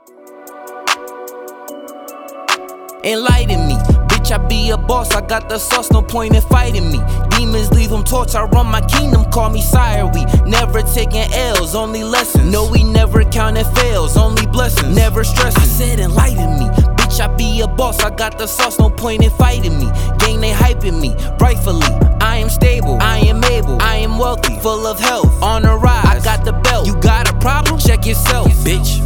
Enlighten me. Bitch, I be a boss, I got the sauce, no point in fighting me. Demons leave them torch, I run my kingdom, call me sire. We never taking L's, only lessons. No, we never counting fails, only blessings. Never stressing. I said, enlighten me. Bitch, I be a boss, I got the sauce, no point in fighting me. Gang, they hyping me, rightfully. I am stable, I am able, I am wealthy, full of health, on a rise. I got the belt, you got a problem? Check yourself, bitch.